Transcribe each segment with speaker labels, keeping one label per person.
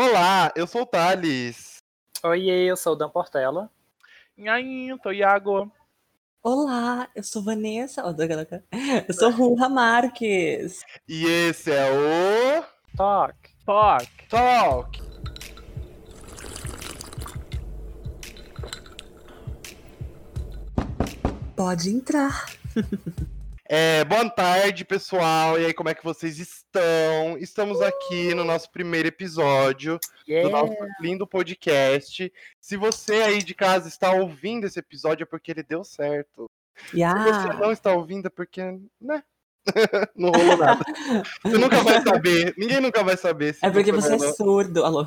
Speaker 1: Olá, eu sou o Thales.
Speaker 2: Oiê, eu sou o Dan Portela.
Speaker 3: E aí, eu sou o Iago.
Speaker 4: Olá, eu sou Vanessa. ó, droga, droga. Eu sou Ruha Marques.
Speaker 1: E esse é o.
Speaker 2: Toque.
Speaker 3: Toc.
Speaker 1: Talk!
Speaker 4: Pode entrar.
Speaker 1: É, boa tarde, pessoal. E aí, como é que vocês estão? Estamos aqui no nosso primeiro episódio.
Speaker 4: É.
Speaker 1: do
Speaker 2: Yeah.
Speaker 1: nosso lindo podcast. Se você aí de casa está ouvindo esse episódio, é porque ele deu certo. Se
Speaker 4: E
Speaker 1: você
Speaker 4: ah,
Speaker 1: não está ouvindo, é porque, né? não rolou nada. Você nunca vai saber. Ninguém nunca vai saber. se
Speaker 4: é porque
Speaker 1: não foi
Speaker 4: você é
Speaker 1: bom ou não.
Speaker 4: surdo. Alô.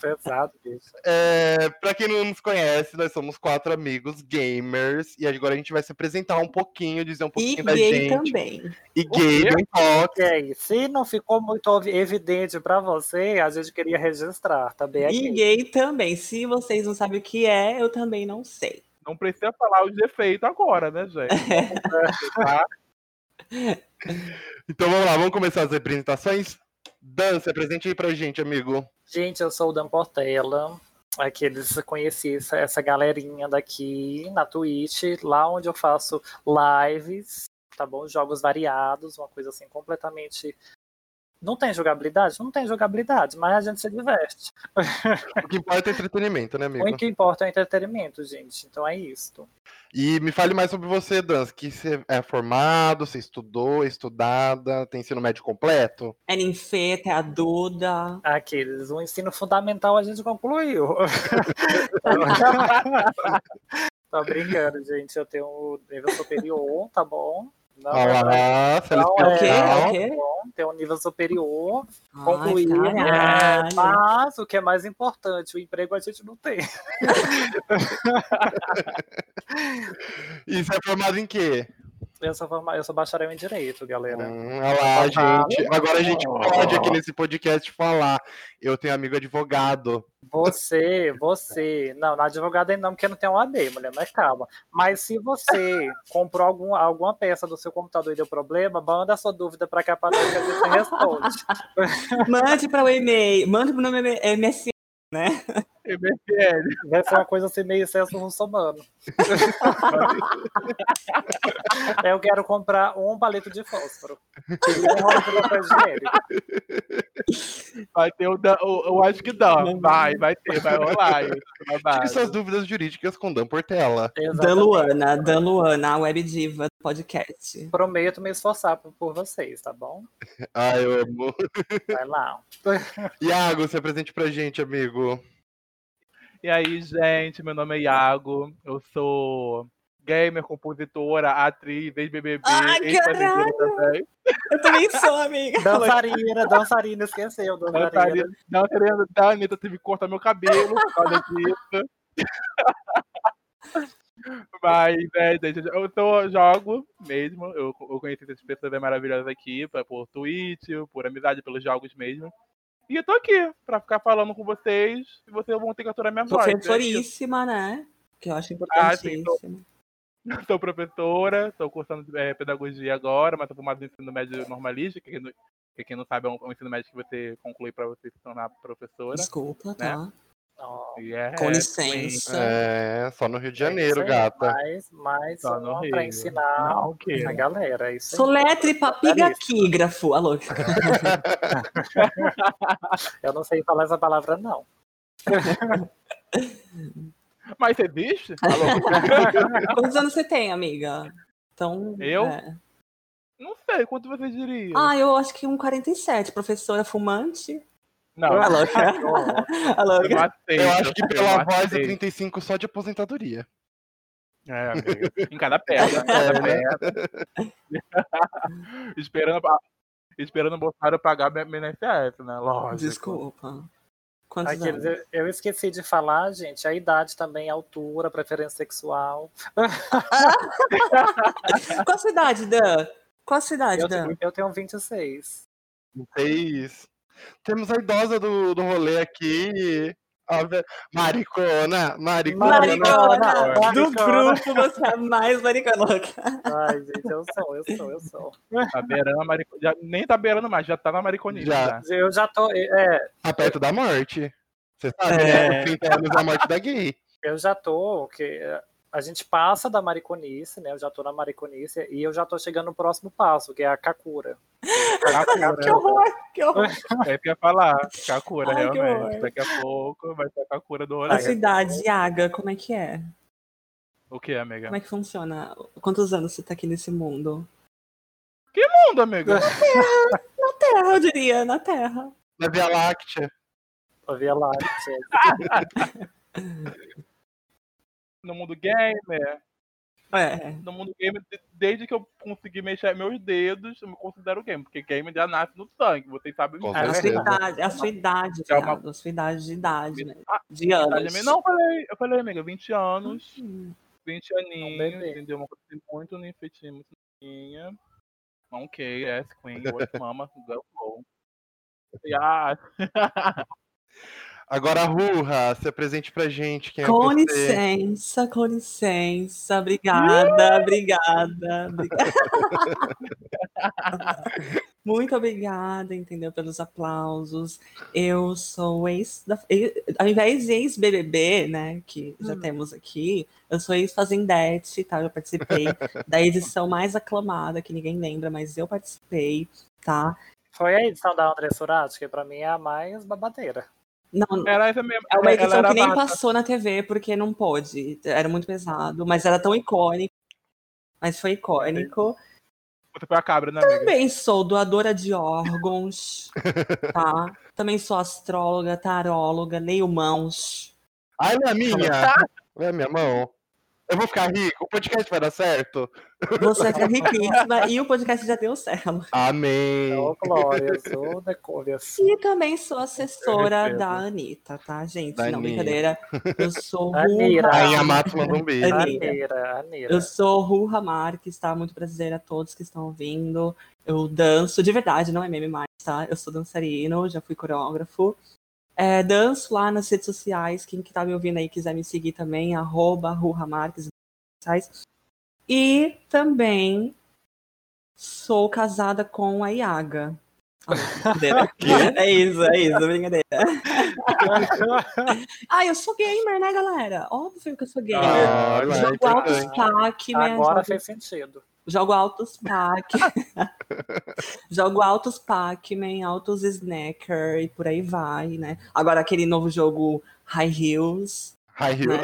Speaker 2: Pesado, bicho.
Speaker 1: É, pra quem não nos conhece, nós somos quatro amigos gamers. E agora a gente vai se apresentar um pouquinho, dizer um
Speaker 4: E
Speaker 1: pouquinho da gente.
Speaker 4: gay também.
Speaker 1: E gay,
Speaker 3: quê?
Speaker 1: bem toque.
Speaker 2: E aí, se não ficou muito ob- evidente pra você, a gente queria registrar também
Speaker 4: E
Speaker 2: aqui.
Speaker 4: gay também. Se vocês não sabem o que é, eu também não sei.
Speaker 3: Não precisa falar os defeitos agora, né, gente? Tá?
Speaker 1: Então vamos lá, vamos começar as apresentações. Dan, se apresente aí pra gente, amigo.
Speaker 2: Gente, eu sou o Dan Portela. Aqueles conheci essa, essa galerinha daqui na Twitch, lá onde eu faço lives, tá bom? Jogos variados, uma coisa assim completamente. Não tem jogabilidade? Não tem jogabilidade, mas a gente se diverte.
Speaker 1: O que importa é entretenimento, né, amigo?
Speaker 2: O que importa é o entretenimento, gente. Então é isto.
Speaker 1: E me fale mais sobre você, Dan. Que você é formado, você estudou, é estudada, tem ensino médio completo?
Speaker 4: É ninfeta, é a Duda.
Speaker 2: Aqueles, o ensino fundamental a gente concluiu. Tô brincando, gente. Eu tenho o nível superior, tá bom? Não,
Speaker 1: Ah lá,
Speaker 2: É
Speaker 4: É o quê? É o
Speaker 1: selecional.
Speaker 4: quê?
Speaker 2: Tenho um nível superior,
Speaker 4: Ai,
Speaker 2: concluí.
Speaker 4: caralho.
Speaker 2: É, mas o que é mais importante, o emprego a gente não tem.
Speaker 1: E você é formado em quê?
Speaker 2: Eu sou, forma- eu sou bacharel em Direito, galera.
Speaker 1: Hum, ah lá,
Speaker 2: Formado.
Speaker 1: gente. Agora a gente pode aqui nesse podcast falar. Eu tenho amigo advogado.
Speaker 2: Você, você. Não, na advogada ainda não, porque não tem OAB, mulher, mas calma. Mas se você comprou algum, alguma peça do seu computador e deu problema, manda a sua dúvida pra cá pra nós que a gente responde.
Speaker 4: Mande para o e-mail. Mande é para o meu MSN.
Speaker 3: MFL.
Speaker 2: Vai ser uma coisa assim meio excesso russomano. Eu quero comprar um palito de fósforo. E um rolo de papel higiênico.
Speaker 3: Vai ter o, da, o, o Acho que dá. Vai, vai ter, vai rolar. isso, babado.
Speaker 1: Tire suas dúvidas jurídicas com Dan Portela.
Speaker 4: Da
Speaker 2: Exatamente.
Speaker 4: Luana, da Luana, a web diva do podcast.
Speaker 2: Prometo me esforçar por, por vocês, tá bom?
Speaker 1: Ah, eu amo.
Speaker 2: Vai lá.
Speaker 1: Iago, se apresente pra gente, amigo.
Speaker 3: E aí, gente, meu nome é Iago. Eu sou gamer, compositora, atriz, ex-BBB.
Speaker 4: Ai,
Speaker 3: ex-fazendeira também.
Speaker 4: Eu também sou, amiga.
Speaker 2: Dançarina, dançarina, esqueceu, dançarina.
Speaker 3: Dançarina, dançarina da Tá, Anitta teve que cortar meu cabelo por causa disso. Mas, é, gente, eu tô, jogo mesmo. Eu, eu conheci essas pessoas maravilhosas aqui pra- por Twitch, por amizade, pelos jogos mesmo. E eu tô aqui pra ficar falando com vocês e vocês vão ter que aturar minha voz. é isso.
Speaker 4: Professoríssima, né? Que eu acho importantíssimo.
Speaker 3: Sou professora, estou cursando eh, pedagogia agora, mas estou formado em um ensino médio normalista, que quem não, que quem não sabe é um, é um ensino médio que você conclui para você se tornar professora.
Speaker 4: Desculpa, tá?
Speaker 2: Não,
Speaker 3: E é-
Speaker 4: Com licença.
Speaker 1: É, só no Rio de
Speaker 2: é
Speaker 1: Janeiro,
Speaker 2: isso aí,
Speaker 1: gata.
Speaker 2: Mas, mas
Speaker 3: Tá no
Speaker 2: só
Speaker 3: Rio.
Speaker 2: pra ensinar
Speaker 3: Não, o quê?
Speaker 2: a galera. é Isso aí.
Speaker 4: Soletre papigaquígrafo. Alô.
Speaker 2: Eu não sei falar essa palavra, não.
Speaker 3: Mas você existe? Alô?
Speaker 4: Quantos anos você tem, amiga? Então.
Speaker 3: Eu?
Speaker 4: é.
Speaker 3: não sei, quanto você diria?
Speaker 4: Ah, eu acho que um 47. Professora fumante.
Speaker 3: não,
Speaker 4: Alô. Alô.
Speaker 3: eu aceito.
Speaker 1: Eu acho que pela
Speaker 3: eu
Speaker 1: voz é
Speaker 3: aceito.
Speaker 1: 35 só de aposentadoria.
Speaker 3: É, amiga, em cada perna. em cada perna. esperando, a- esperando o Bolsonaro pagar minha minha INSS, né? Lógico.
Speaker 4: Desculpa. Quantos
Speaker 2: Aqueles,
Speaker 4: anos?
Speaker 2: eu, eu esqueci de falar, gente, a idade também, a altura, a preferência sexual.
Speaker 4: Qual a sua idade, Dan? Qual a sua
Speaker 1: Tá
Speaker 4: idade,
Speaker 2: Eu,
Speaker 4: Dan?
Speaker 2: eu tenho 26.
Speaker 1: Vocês. Temos a idosa do, do rolê aqui. Óbvio. Maricona, maricona.
Speaker 4: Maricona!
Speaker 2: Maricona.
Speaker 4: Do grupo, você é a mais maricona.
Speaker 2: Ai, gente, eu sou, eu sou, eu sou.
Speaker 3: Tá beirando a maricona. Já, nem tá beirando mais, já tá na mariconista.
Speaker 1: Já.
Speaker 3: Já.
Speaker 2: Eu já tô. É,
Speaker 1: Tá perto da morte. Você sabe, né? 30 anos da morte da gay.
Speaker 2: eu já tô. Que, a gente passa da mariconice, né? Eu já tô na mariconice e eu já tô chegando no próximo passo, que é a Kakura.
Speaker 3: Tá
Speaker 4: Que horror, que horror.
Speaker 3: É isso que eu ia falar. Kakura,
Speaker 4: Ai, que
Speaker 3: realmente.
Speaker 4: horror.
Speaker 3: Daqui a pouco vai ser a Kakura do
Speaker 4: A
Speaker 3: rolê.
Speaker 4: sua idade, Iaga, como é que é?
Speaker 3: O que, amiga?
Speaker 4: Como é que funciona? Quantos anos você tá aqui nesse mundo?
Speaker 3: Mundo, amiga.
Speaker 4: Terra, eu diria, na Terra.
Speaker 1: Na Via Láctea.
Speaker 2: A Via Láctea.
Speaker 3: No mundo gamer.
Speaker 4: É.
Speaker 3: No mundo gamer, de- desde que eu consegui mexer meus dedos, eu me considero gamer. Porque gamer já nasce no sangue, vocês sabem
Speaker 1: Com
Speaker 3: disso. né?
Speaker 2: É
Speaker 4: A sua
Speaker 1: certeza.
Speaker 4: idade, a sua idade,
Speaker 3: É uma-
Speaker 4: viado, a sua idade de idade, né?
Speaker 3: Ah,
Speaker 4: De
Speaker 3: Aí
Speaker 4: anos.
Speaker 3: também, Não, eu falei, eu falei, amiga, 20 anos,
Speaker 4: Hum.
Speaker 3: 20 aninhos,
Speaker 2: bebê.
Speaker 3: entendeu? Uma coisa assim, muito ninfetinha, muito ninfetinha. Ok, yes, queen, what mama, é go, go. Yeah.
Speaker 1: Agora, Rurra, se apresente pra gente. Quem
Speaker 4: Com
Speaker 1: é você?
Speaker 4: licença, com licença. Obrigada, obrigada. obrigada. Muito obrigada, entendeu? Pelos aplausos. Eu sou ex. Da, e- ao invés de ex-BBB, né? Que já
Speaker 3: Hum.
Speaker 4: temos aqui, eu sou ex-Fazendete, tá? Eu participei da edição mais aclamada, que ninguém lembra, mas eu participei, tá?
Speaker 2: Foi a edição da André Surati, que pra mim é a mais babadeira.
Speaker 4: Não,
Speaker 3: Era essa mesmo.
Speaker 4: É uma
Speaker 3: ela
Speaker 4: edição
Speaker 3: era
Speaker 4: que nem
Speaker 3: bata.
Speaker 4: passou na TV porque não pôde. Era muito pesado, mas era tão icônico. Mas foi icônico.
Speaker 3: Você foi a cabra, né, amiga?
Speaker 4: Também sou doadora de órgãos, tá? Também sou astróloga, taróloga, leio mãos.
Speaker 1: Ai, não é minha. Não é minha mão. Eu vou ficar rico. O podcast vai dar certo?
Speaker 4: Você é riquíssima e o podcast já deu certo.
Speaker 1: Amém.
Speaker 2: Ô, Glória, sou da Cúrias.
Speaker 4: E também sou assessora
Speaker 3: Eu
Speaker 4: da Anitta, tá, gente?
Speaker 1: Da
Speaker 4: não,
Speaker 1: Aninha.
Speaker 4: brincadeira. Eu sou
Speaker 2: Anira.
Speaker 4: Ruha-
Speaker 1: Aí a Mato mandou um beijo.
Speaker 4: Ai,
Speaker 2: Anira, Anira.
Speaker 4: Eu sou Ruha Marques, tá? Muito prazer a todos que estão ouvindo. Eu danço, de verdade, não é meme mais, tá? Eu sou dançarino, já fui coreógrafo. É, danço lá nas redes sociais. Quem que tá me ouvindo aí quiser me seguir também, arroba Ruha Marques nas é redes sociais. E também sou casada com a Iaga. Ah, brincadeira. é isso, é isso, brincadeira. Ah, eu sou gamer, né, galera? Óbvio que eu sou gamer.
Speaker 1: Ah,
Speaker 3: Jogo
Speaker 1: lá,
Speaker 4: Jogo altos
Speaker 1: importante.
Speaker 4: pack, né?
Speaker 2: Agora
Speaker 4: Jogo-
Speaker 2: fez sentido.
Speaker 4: Jogo altos pack. jogo altos Pac-Man, altos Snacker e por aí vai, né? Agora aquele novo jogo High Hills,
Speaker 1: Ai,
Speaker 4: né?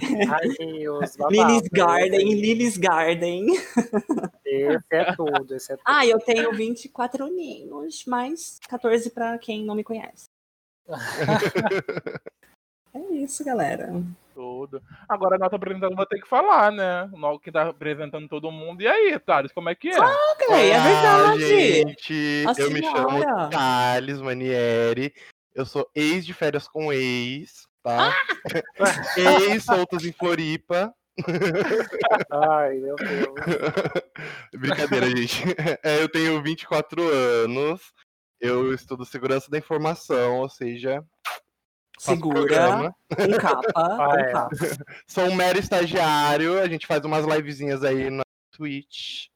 Speaker 1: eu-
Speaker 2: Ai, Deus, babado.
Speaker 4: Lily's Garden, Lily's Garden.
Speaker 2: Esse é tudo, esse é tudo.
Speaker 4: Ah, eu tenho 24 aninhos, mais 14 pra quem não me conhece. é isso, galera.
Speaker 3: Tudo. Agora a nossa apresentadora vai ter que falar, né? O que tá apresentando todo mundo. E aí, Thales, como é que é?
Speaker 4: Ok, é
Speaker 1: Olá,
Speaker 4: verdade.
Speaker 1: Gente,
Speaker 4: A
Speaker 1: eu me
Speaker 4: senhora.
Speaker 1: chamo Thales Manieri. Eu sou ex de férias com ex, tá? ex soltos em Floripa.
Speaker 2: Ai, meu Deus.
Speaker 1: Brincadeira, gente. É, eu tenho 24 anos. Eu estudo segurança da informação, ou seja, faço
Speaker 4: Segura,
Speaker 1: programa.
Speaker 4: um capa,
Speaker 2: Ah,
Speaker 4: um
Speaker 2: é.
Speaker 4: capa.
Speaker 1: Sou um mero estagiário. A gente faz umas livezinhas aí na Twitch.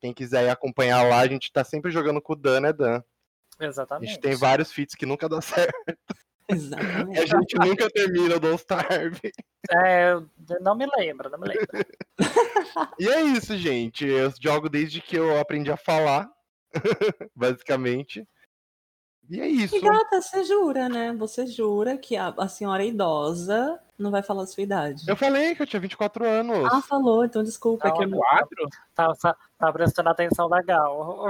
Speaker 1: Quem quiser ir acompanhar lá, a gente tá sempre jogando com o Dan, né, Dan? A
Speaker 2: Exatamente.
Speaker 1: gente tem vários feats que nunca dá certo. A
Speaker 4: Exatamente.
Speaker 1: gente nunca termina o Don't Starve.
Speaker 2: É, eu não me lembro, não me lembro.
Speaker 1: E é isso, gente. Eu jogo desde que eu aprendi a falar, basicamente. E é isso.
Speaker 4: E gata, você jura, né? Você jura que a, a senhora idosa não vai falar a sua idade.
Speaker 1: Eu falei que eu tinha 24 anos.
Speaker 4: Ah, falou, então desculpa.
Speaker 2: Não,
Speaker 4: que eu
Speaker 3: É
Speaker 4: não-
Speaker 3: quatro?
Speaker 2: Tá, tá, tá prestando atenção legal.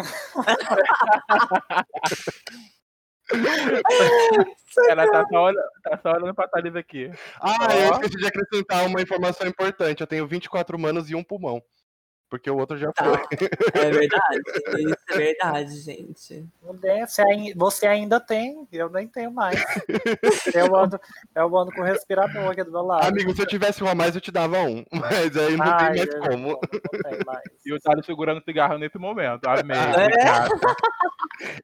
Speaker 3: Ela tá só, olha- tá só olhando pra Thales aqui.
Speaker 1: Ah, eu
Speaker 3: Ó.
Speaker 1: esqueci de acrescentar uma informação importante. Eu tenho 24 manos e um pulmão. Porque o outro já
Speaker 4: Tá.
Speaker 1: foi.
Speaker 4: É verdade, isso é verdade, gente.
Speaker 2: Mulher, Você ai- você ainda tem, eu nem tenho mais. É Eu ando, eu ando com o respirador aqui do meu lado.
Speaker 1: Amigo, se eu tivesse um a mais, eu te dava um. Mas aí não
Speaker 2: Ai,
Speaker 1: tem mais
Speaker 2: eu-
Speaker 1: como.
Speaker 2: Não tem mais.
Speaker 3: E o Thales segurando cigarro nesse momento. Amei.
Speaker 1: É?
Speaker 3: obrigado.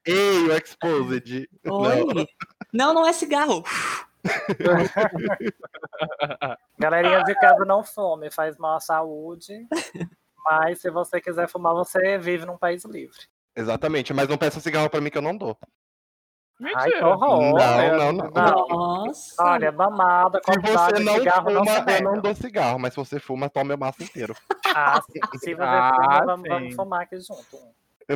Speaker 1: Ei, o Exposed.
Speaker 4: Oi? Não, não é cigarro.
Speaker 2: Galerinha de casa não fume, faz mal à saúde. Mas se você quiser fumar, você vive num país livre.
Speaker 1: Exatamente, mas não peça cigarro pra mim que eu não dou.
Speaker 2: Ai, que
Speaker 3: Mentira.
Speaker 2: horror.
Speaker 1: Não, não, não.
Speaker 4: Nossa.
Speaker 2: Olha, mamada,
Speaker 1: Se
Speaker 2: quantidade
Speaker 1: você
Speaker 2: de
Speaker 1: não
Speaker 2: cigarro não
Speaker 1: fuma,
Speaker 2: se
Speaker 1: eu não
Speaker 2: nega.
Speaker 1: dou cigarro, mas se você fuma, toma meu maço inteiro.
Speaker 2: Ah, sim. se você
Speaker 3: Ah,
Speaker 2: fuma, vamos,
Speaker 3: sim.
Speaker 2: vamos fumar aqui junto. Ah,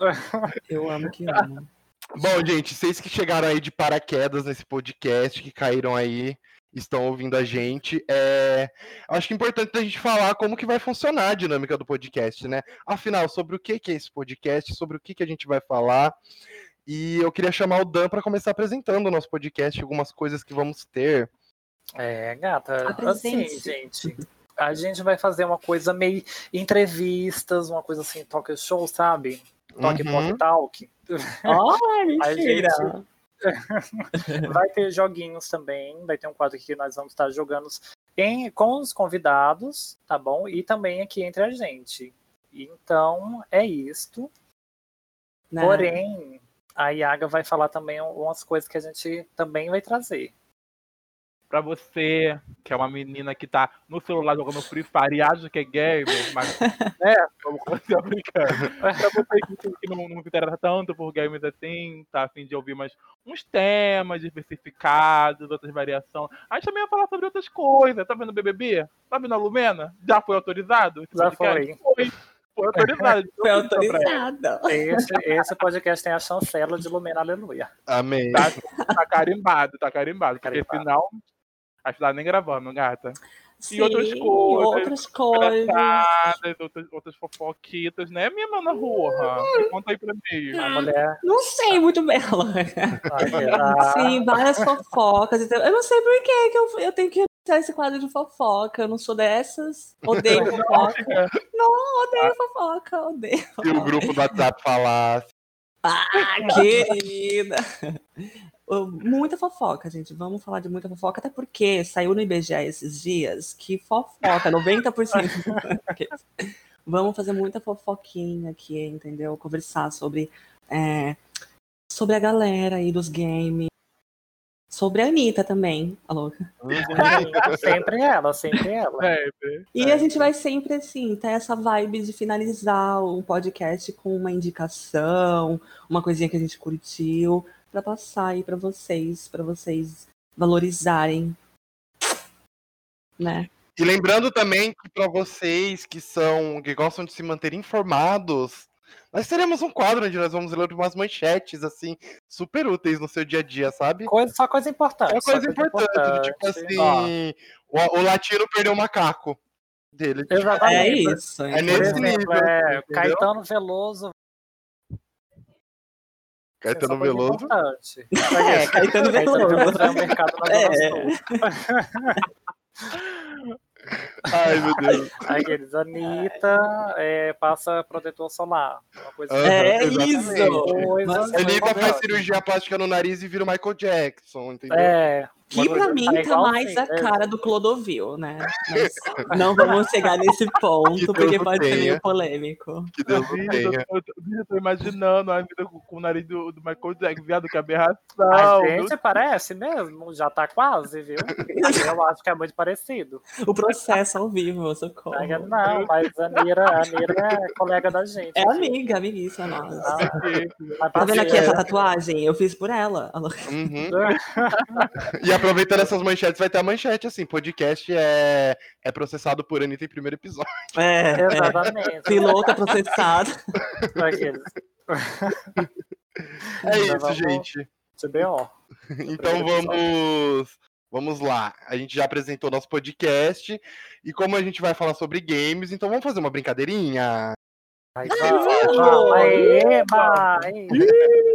Speaker 1: Vamos.
Speaker 4: eu amo que amo.
Speaker 1: Bom, gente, vocês que chegaram aí de paraquedas nesse podcast, que caíram aí, estão ouvindo a gente, é... acho que é importante a gente falar como que vai funcionar a dinâmica do podcast, né? Afinal, sobre o que que é esse podcast, sobre o que que a gente vai falar. E eu queria chamar o Dan para começar apresentando o nosso podcast, algumas coisas que vamos ter.
Speaker 2: É, gata. Assim,
Speaker 4: Apresente-se.
Speaker 2: gente. A gente vai fazer uma coisa meio entrevistas, uma coisa assim, talk show, sabe? Talk
Speaker 1: Uhum.
Speaker 2: pop talk.
Speaker 4: Olha,
Speaker 2: Ai,
Speaker 4: mentira.
Speaker 2: gente. Vai ter joguinhos também, vai ter um quadro que nós vamos estar jogando em- com os convidados, tá bom? E também aqui entre a gente. Então, é isto.
Speaker 4: Né?
Speaker 2: Porém, a Iaga vai falar também umas coisas que a gente também vai trazer.
Speaker 3: Pra você, que é uma menina que tá no celular jogando Free Fire e acha que é gamer, mas né, como você tá brincando. Pra você que, que não, não se interessa tanto por games assim, tá afim de ouvir mais uns temas diversificados, outras variações. A gente também vai falar sobre outras coisas. Tá vendo o BBB? Tá vendo a Lumena? Já foi autorizado? esse
Speaker 2: Já
Speaker 3: podcast? Foi. Foi autorizado.
Speaker 4: Foi
Speaker 3: Então, pra-
Speaker 4: autorizada.
Speaker 2: Esse, esse podcast tem a chancela de Lumena Aleluia.
Speaker 1: Amém.
Speaker 3: Tá, tá carimbado, tá carimbado. Porque
Speaker 2: Carimbado.
Speaker 3: senão, a gente tá nem gravando, gata.
Speaker 4: Sim,
Speaker 3: outras
Speaker 4: e
Speaker 3: coisas,
Speaker 4: outras coisas.
Speaker 3: Palhaçadas, outras, outras fofoquitas, né, minha mana rua? Conta aí pra
Speaker 2: A
Speaker 3: mim.
Speaker 2: mulher.
Speaker 4: Não sei muito bem, Laura.
Speaker 2: a-
Speaker 4: Sim, várias fofocas. Então, eu não sei por que que eu, eu tenho que realizar esse quadro de fofoca. Eu não sou dessas. Odeio fofoca. Não, odeio fofoca. Odeio.
Speaker 1: Se o grupo do WhatsApp falasse.
Speaker 4: Ah, querida. Oh, Muita fofoca, gente. Vamos falar de muita fofoca, até porque saiu no IBGE esses dias que fofoca, 90%. Vamos fazer muita fofoquinha aqui, entendeu? Conversar sobre, é, sobre a galera aí dos games. Sobre a Anitta também, a louca.
Speaker 2: Sempre ela, sempre ela.
Speaker 3: É,
Speaker 4: E a gente vai sempre, assim, ter essa vibe de finalizar o podcast com uma indicação, uma coisinha que a gente curtiu, pra passar aí pra vocês, pra vocês valorizarem. Né?
Speaker 1: E lembrando também que para vocês que são que gostam de se manter informados, nós teremos um quadro onde nós vamos ler umas manchetes assim super úteis no seu dia a dia, sabe?
Speaker 2: Coisa, só coisa importante.
Speaker 1: É uma
Speaker 2: só
Speaker 1: coisa importante, do tipo
Speaker 2: importante.
Speaker 1: assim, o, o latino perdeu o macaco dele.
Speaker 4: É
Speaker 2: Exatamente.
Speaker 4: isso.
Speaker 1: É
Speaker 2: Por
Speaker 1: nesse nível.
Speaker 2: exemplo, é,
Speaker 1: entendeu?
Speaker 2: Caetano Veloso.
Speaker 1: Caetano
Speaker 2: essa coisa
Speaker 1: Veloso.
Speaker 2: importante.
Speaker 4: É, Caetano Veloso.
Speaker 2: é o mercado na Zona
Speaker 4: É.
Speaker 2: Sul.
Speaker 1: Ai, meu Deus.
Speaker 2: Aí eles, Anitta é, passa protetor solar. Uma coisa
Speaker 1: Aham,
Speaker 4: É
Speaker 1: exatamente.
Speaker 4: isso.
Speaker 2: Coisa
Speaker 4: Mas-
Speaker 1: Anitta
Speaker 2: importante.
Speaker 1: faz cirurgia plástica no nariz e vira o Michael Jackson, entendeu?
Speaker 2: É,
Speaker 4: Que pra mim
Speaker 2: Tá
Speaker 4: tá
Speaker 2: igual
Speaker 4: mais
Speaker 2: assim,
Speaker 4: a
Speaker 2: né?
Speaker 4: cara do Clodovil, né? Mas não vamos chegar nesse
Speaker 1: Que
Speaker 4: ponto,
Speaker 1: Deus
Speaker 4: porque
Speaker 1: o
Speaker 4: pode ser
Speaker 1: tenha.
Speaker 4: meio polêmico.
Speaker 1: Que Deus o
Speaker 3: eu,
Speaker 1: tenha.
Speaker 3: tô- eu, tô- eu tô imaginando a vida com, com o nariz do, do Michael Jackson, viado, que aberração.
Speaker 2: a
Speaker 3: meu
Speaker 2: gente parece mesmo, já tá quase, viu? Eu acho que é muito parecido.
Speaker 4: O processo ao vivo, socorro.
Speaker 2: Aí, Não, mas a Nira, a Nira é colega da gente.
Speaker 4: É amiga, amiguíssima
Speaker 1: Ah,
Speaker 4: nossa.
Speaker 2: Tá?
Speaker 3: Deus.
Speaker 2: Vai
Speaker 4: Tá
Speaker 2: pra
Speaker 4: vendo
Speaker 1: é.
Speaker 4: aqui
Speaker 2: cima.
Speaker 4: essa tatuagem? Eu fiz por ela. Ela-
Speaker 1: Uhum. E aproveitando essas manchetes, vai ter a manchete, assim, podcast é, é processado por Anitta em primeiro episódio.
Speaker 4: É, é.
Speaker 2: Exatamente.
Speaker 4: Piloto é processado.
Speaker 2: Aqueles.
Speaker 1: É
Speaker 2: Ainda
Speaker 1: isso,
Speaker 2: vamos-
Speaker 1: gente.
Speaker 2: TBO.
Speaker 1: Então
Speaker 2: primeiro
Speaker 1: vamos. Vamos lá. A gente já apresentou nosso podcast. E como a gente vai falar sobre games, então vamos fazer uma brincadeirinha.
Speaker 2: Aí,
Speaker 4: vamos!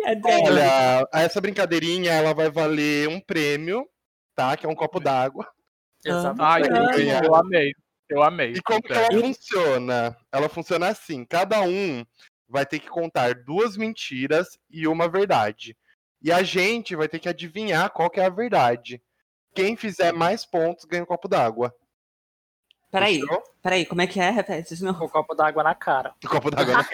Speaker 4: É dela.
Speaker 1: Olha, essa brincadeirinha ela vai valer um prêmio, tá? Que é um copo d'água.
Speaker 3: Ai,
Speaker 4: Ai,
Speaker 3: gente, eu amei. Eu amei.
Speaker 1: E como que ela funciona? Ela funciona assim: cada um vai ter que contar duas mentiras e uma verdade. E a gente vai ter que adivinhar qual que é a verdade. Quem fizer mais pontos ganha um copo d'água.
Speaker 4: Peraí,
Speaker 1: Fechou?
Speaker 4: peraí, como é que é? Repete de novo.
Speaker 2: Com o copo d'água na cara.
Speaker 1: Um copo d'água. né?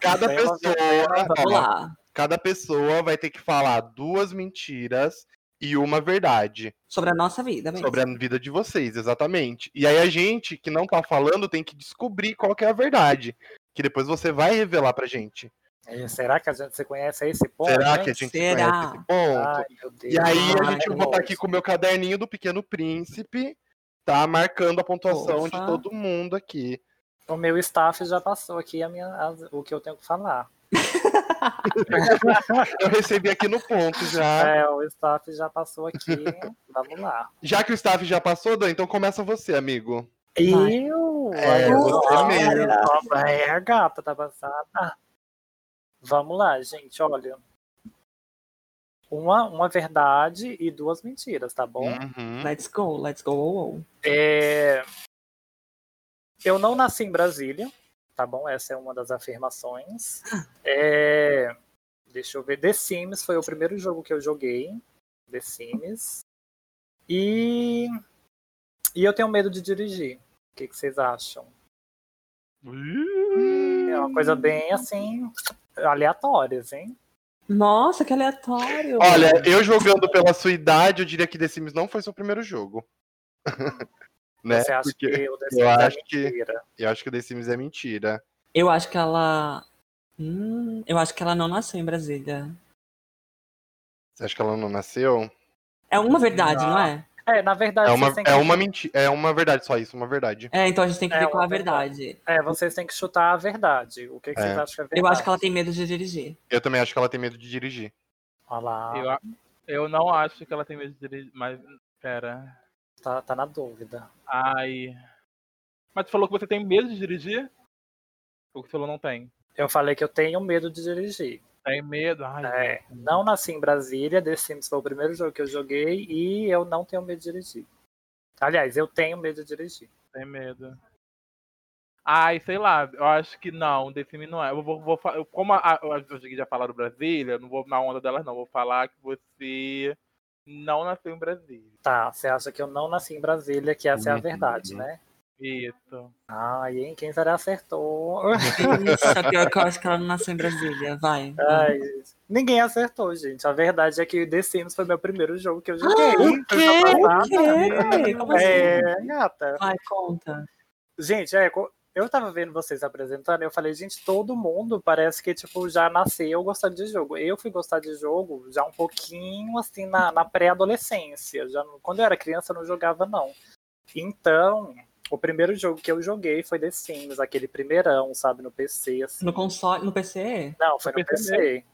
Speaker 1: Cada
Speaker 2: Vamos
Speaker 1: pessoa.
Speaker 4: Vamos lá.
Speaker 1: Cada pessoa vai ter que falar duas mentiras e uma verdade
Speaker 4: Sobre a nossa vida mesmo.
Speaker 1: sobre a vida de vocês, exatamente. E aí a gente que não tá falando tem que descobrir qual que é a verdade, que depois você vai revelar pra gente.
Speaker 2: É, Será que a gente se conhece a esse ponto?
Speaker 1: Será
Speaker 2: né?
Speaker 1: que a gente
Speaker 4: Será?
Speaker 1: conhece esse ponto?
Speaker 2: Ai, meu Deus.
Speaker 1: E aí a
Speaker 4: Ai,
Speaker 1: gente eu
Speaker 4: que
Speaker 1: vou estar aqui com o meu caderninho do Pequeno Príncipe, tá? Marcando a pontuação de
Speaker 4: Opa.
Speaker 1: todo mundo aqui.
Speaker 2: O meu staff já passou aqui a minha, as- o que eu tenho que falar.
Speaker 1: Eu recebi aqui no ponto já.
Speaker 2: É, o staff já passou aqui. Vamos lá.
Speaker 1: Já que o staff já passou, Dan, então começa você, amigo.
Speaker 4: Vai.
Speaker 2: Eu?
Speaker 1: É,
Speaker 2: Olha
Speaker 1: você
Speaker 2: só,
Speaker 1: mesmo.
Speaker 2: olha, É a gata, tá passada. Vamos lá, gente, olha. Uma, uma verdade e duas mentiras, tá bom?
Speaker 1: Uhum.
Speaker 4: Let's go, let's go. oh, oh.
Speaker 2: É, Eu não nasci em Brasília, tá bom? Essa é uma das afirmações. É, Deixa eu ver. The Sims foi o primeiro jogo que eu joguei. The Sims. E. E eu tenho medo de dirigir. O que, que vocês acham?
Speaker 3: Hum.
Speaker 2: É uma coisa bem assim. aleatória, hein?
Speaker 4: Nossa, que aleatório.
Speaker 1: Olha, eu jogando pela sua idade, eu diria que The Sims não foi seu primeiro jogo. né?
Speaker 2: Você acha
Speaker 1: Porque
Speaker 2: que o The Sims é
Speaker 1: acho que-
Speaker 2: mentira?
Speaker 1: eu acho que o The Sims é mentira.
Speaker 4: Eu acho que ela. Hum, eu acho que ela não nasceu em Brasília.
Speaker 1: Você acha que ela não nasceu?
Speaker 4: É uma verdade, não, é?
Speaker 2: É, na verdade,
Speaker 1: É uma,
Speaker 2: vocês têm que
Speaker 1: é uma mentira. É uma verdade, só isso, uma verdade.
Speaker 4: É, então a gente tem que
Speaker 2: É
Speaker 4: ver qual é
Speaker 2: uma
Speaker 4: a verdade.
Speaker 2: É, vocês têm que chutar a verdade. O que, que
Speaker 1: É.
Speaker 2: vocês acham que é verdade?
Speaker 4: Eu acho que ela tem medo de dirigir.
Speaker 1: Eu também acho que ela tem medo de dirigir.
Speaker 2: Olha lá,
Speaker 3: Eu, a- eu não acho que ela tem medo de dirigir, mas. Pera.
Speaker 2: tá, tá na dúvida.
Speaker 3: Ai. Mas tu falou que você tem medo de dirigir? O que tu falou não tem.
Speaker 2: Eu falei que eu tenho medo de dirigir.
Speaker 3: Tem medo? Ai.
Speaker 2: É, não nasci em Brasília, The Sims foi o primeiro jogo que eu joguei e eu não tenho medo de dirigir. Aliás, eu tenho medo de dirigir.
Speaker 3: Tem medo. Ai, sei lá, eu acho que não, The Sims não é. Eu vou, vou fa- eu- como a, a, eu achei que já falaram Brasília, eu não vou na onda delas, não. Vou falar que você não nasceu em Brasília.
Speaker 2: Tá, você acha que eu não nasci em Brasília, que essa é a
Speaker 1: Uhum.
Speaker 2: verdade, né?
Speaker 3: Isso.
Speaker 2: Ai, hein? Quem será acertou?
Speaker 4: Isso é pior que eu acho que ela não nasceu em Brasília. Vai.
Speaker 2: Ai, gente. Ninguém acertou, gente. A verdade é que The Sims foi meu primeiro jogo que eu joguei.
Speaker 1: Ah, o quê?
Speaker 4: O
Speaker 2: Tá
Speaker 4: quê? Como assim?
Speaker 2: É, gata.
Speaker 4: Vai, conta.
Speaker 2: Gente, é, co- eu tava vendo vocês apresentando, eu falei, gente, todo mundo parece que, tipo, já nasceu gostando de jogo. Eu fui gostar de jogo já um pouquinho, assim, na, na pré-adolescência. Já não- Quando eu era criança, eu não jogava, não. Então, o primeiro jogo que eu joguei foi The Sims, aquele primeirão, sabe, no PC, assim.
Speaker 4: No console, no PC?
Speaker 2: Não, foi
Speaker 3: No
Speaker 2: no
Speaker 3: PC
Speaker 2: PC.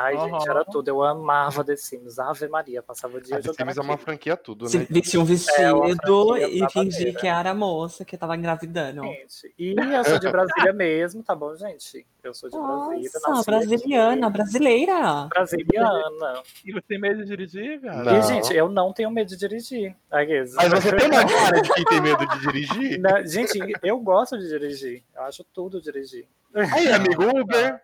Speaker 2: Ai, gente,
Speaker 3: Aham.
Speaker 2: era tudo. Eu amava The Sims. Ave Maria, passava o dia
Speaker 1: A The
Speaker 2: jogando
Speaker 1: Sims é uma
Speaker 2: aquilo.
Speaker 1: franquia tudo,
Speaker 4: Se
Speaker 1: né?
Speaker 4: vestiu um vestido
Speaker 2: É, franquia
Speaker 4: e fingi
Speaker 2: babadeira.
Speaker 4: que era a moça que tava engravidando.
Speaker 2: Gente, E eu sou de Brasília mesmo, tá bom, gente? Eu sou de Brasília.
Speaker 4: Nossa,
Speaker 2: nasci
Speaker 4: brasiliana,
Speaker 2: aqui.
Speaker 4: brasileira.
Speaker 2: Brasiliana.
Speaker 3: E você tem medo de dirigir, cara?
Speaker 1: Não.
Speaker 2: E, gente, eu não tenho medo de dirigir. Aqueles.
Speaker 1: Mas você tem uma cara de quem tem medo de dirigir?
Speaker 2: Não, gente, eu gosto de dirigir. Eu acho tudo dirigir.
Speaker 1: Aí, amigo Uber.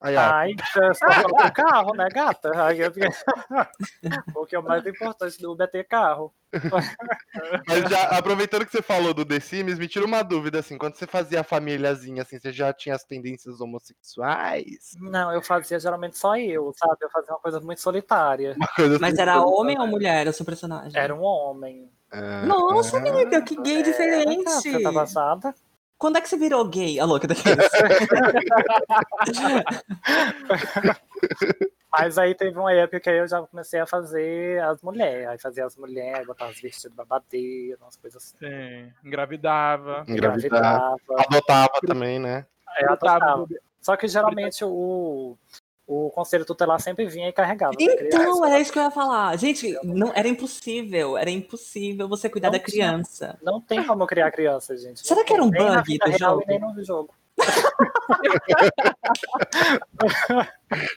Speaker 1: Aí, ó.
Speaker 2: Ai, só falta o carro, né, gata? Ai, eu- O que é o mais importante do Uber é ter carro.
Speaker 1: Mas já, aproveitando que você falou do The Sims, me tira uma dúvida, assim, quando você fazia a famíliazinha, assim, você já tinha as tendências homossexuais?
Speaker 2: Não, eu fazia geralmente só eu, sabe? Eu fazia uma coisa muito solitária.
Speaker 1: Uma coisa
Speaker 4: Mas
Speaker 1: assim,
Speaker 4: era
Speaker 1: tudo.
Speaker 4: homem ou mulher o seu personagem?
Speaker 2: Era É, um homem.
Speaker 1: Ah,
Speaker 4: Nossa, menina, que gay
Speaker 2: Era, gata, Você tá
Speaker 4: diferente.
Speaker 2: passada?
Speaker 4: Quando é que você virou gay? A louca daqueles.
Speaker 2: Mas aí teve uma época que eu já comecei a fazer as mulheres. Aí fazia as mulheres, botava os vestidos babadeiros, umas coisas assim.
Speaker 3: Sim. Engravidava.
Speaker 1: é. engravidar. Adotava também, né?
Speaker 2: É,
Speaker 3: Adotava.
Speaker 2: adotava. Só que geralmente o, o conselho tutelar sempre vinha e carregava. né, criança.
Speaker 4: Então, era isso que eu ia falar. Gente, não, era impossível. Era impossível você cuidar
Speaker 2: Não
Speaker 4: da
Speaker 2: tinha.
Speaker 4: criança.
Speaker 2: Não tem como criar criança, gente.
Speaker 4: Será que era um
Speaker 2: Nem na
Speaker 4: bug
Speaker 2: vida
Speaker 4: do
Speaker 2: real
Speaker 4: jogo?
Speaker 2: e nem no jogo.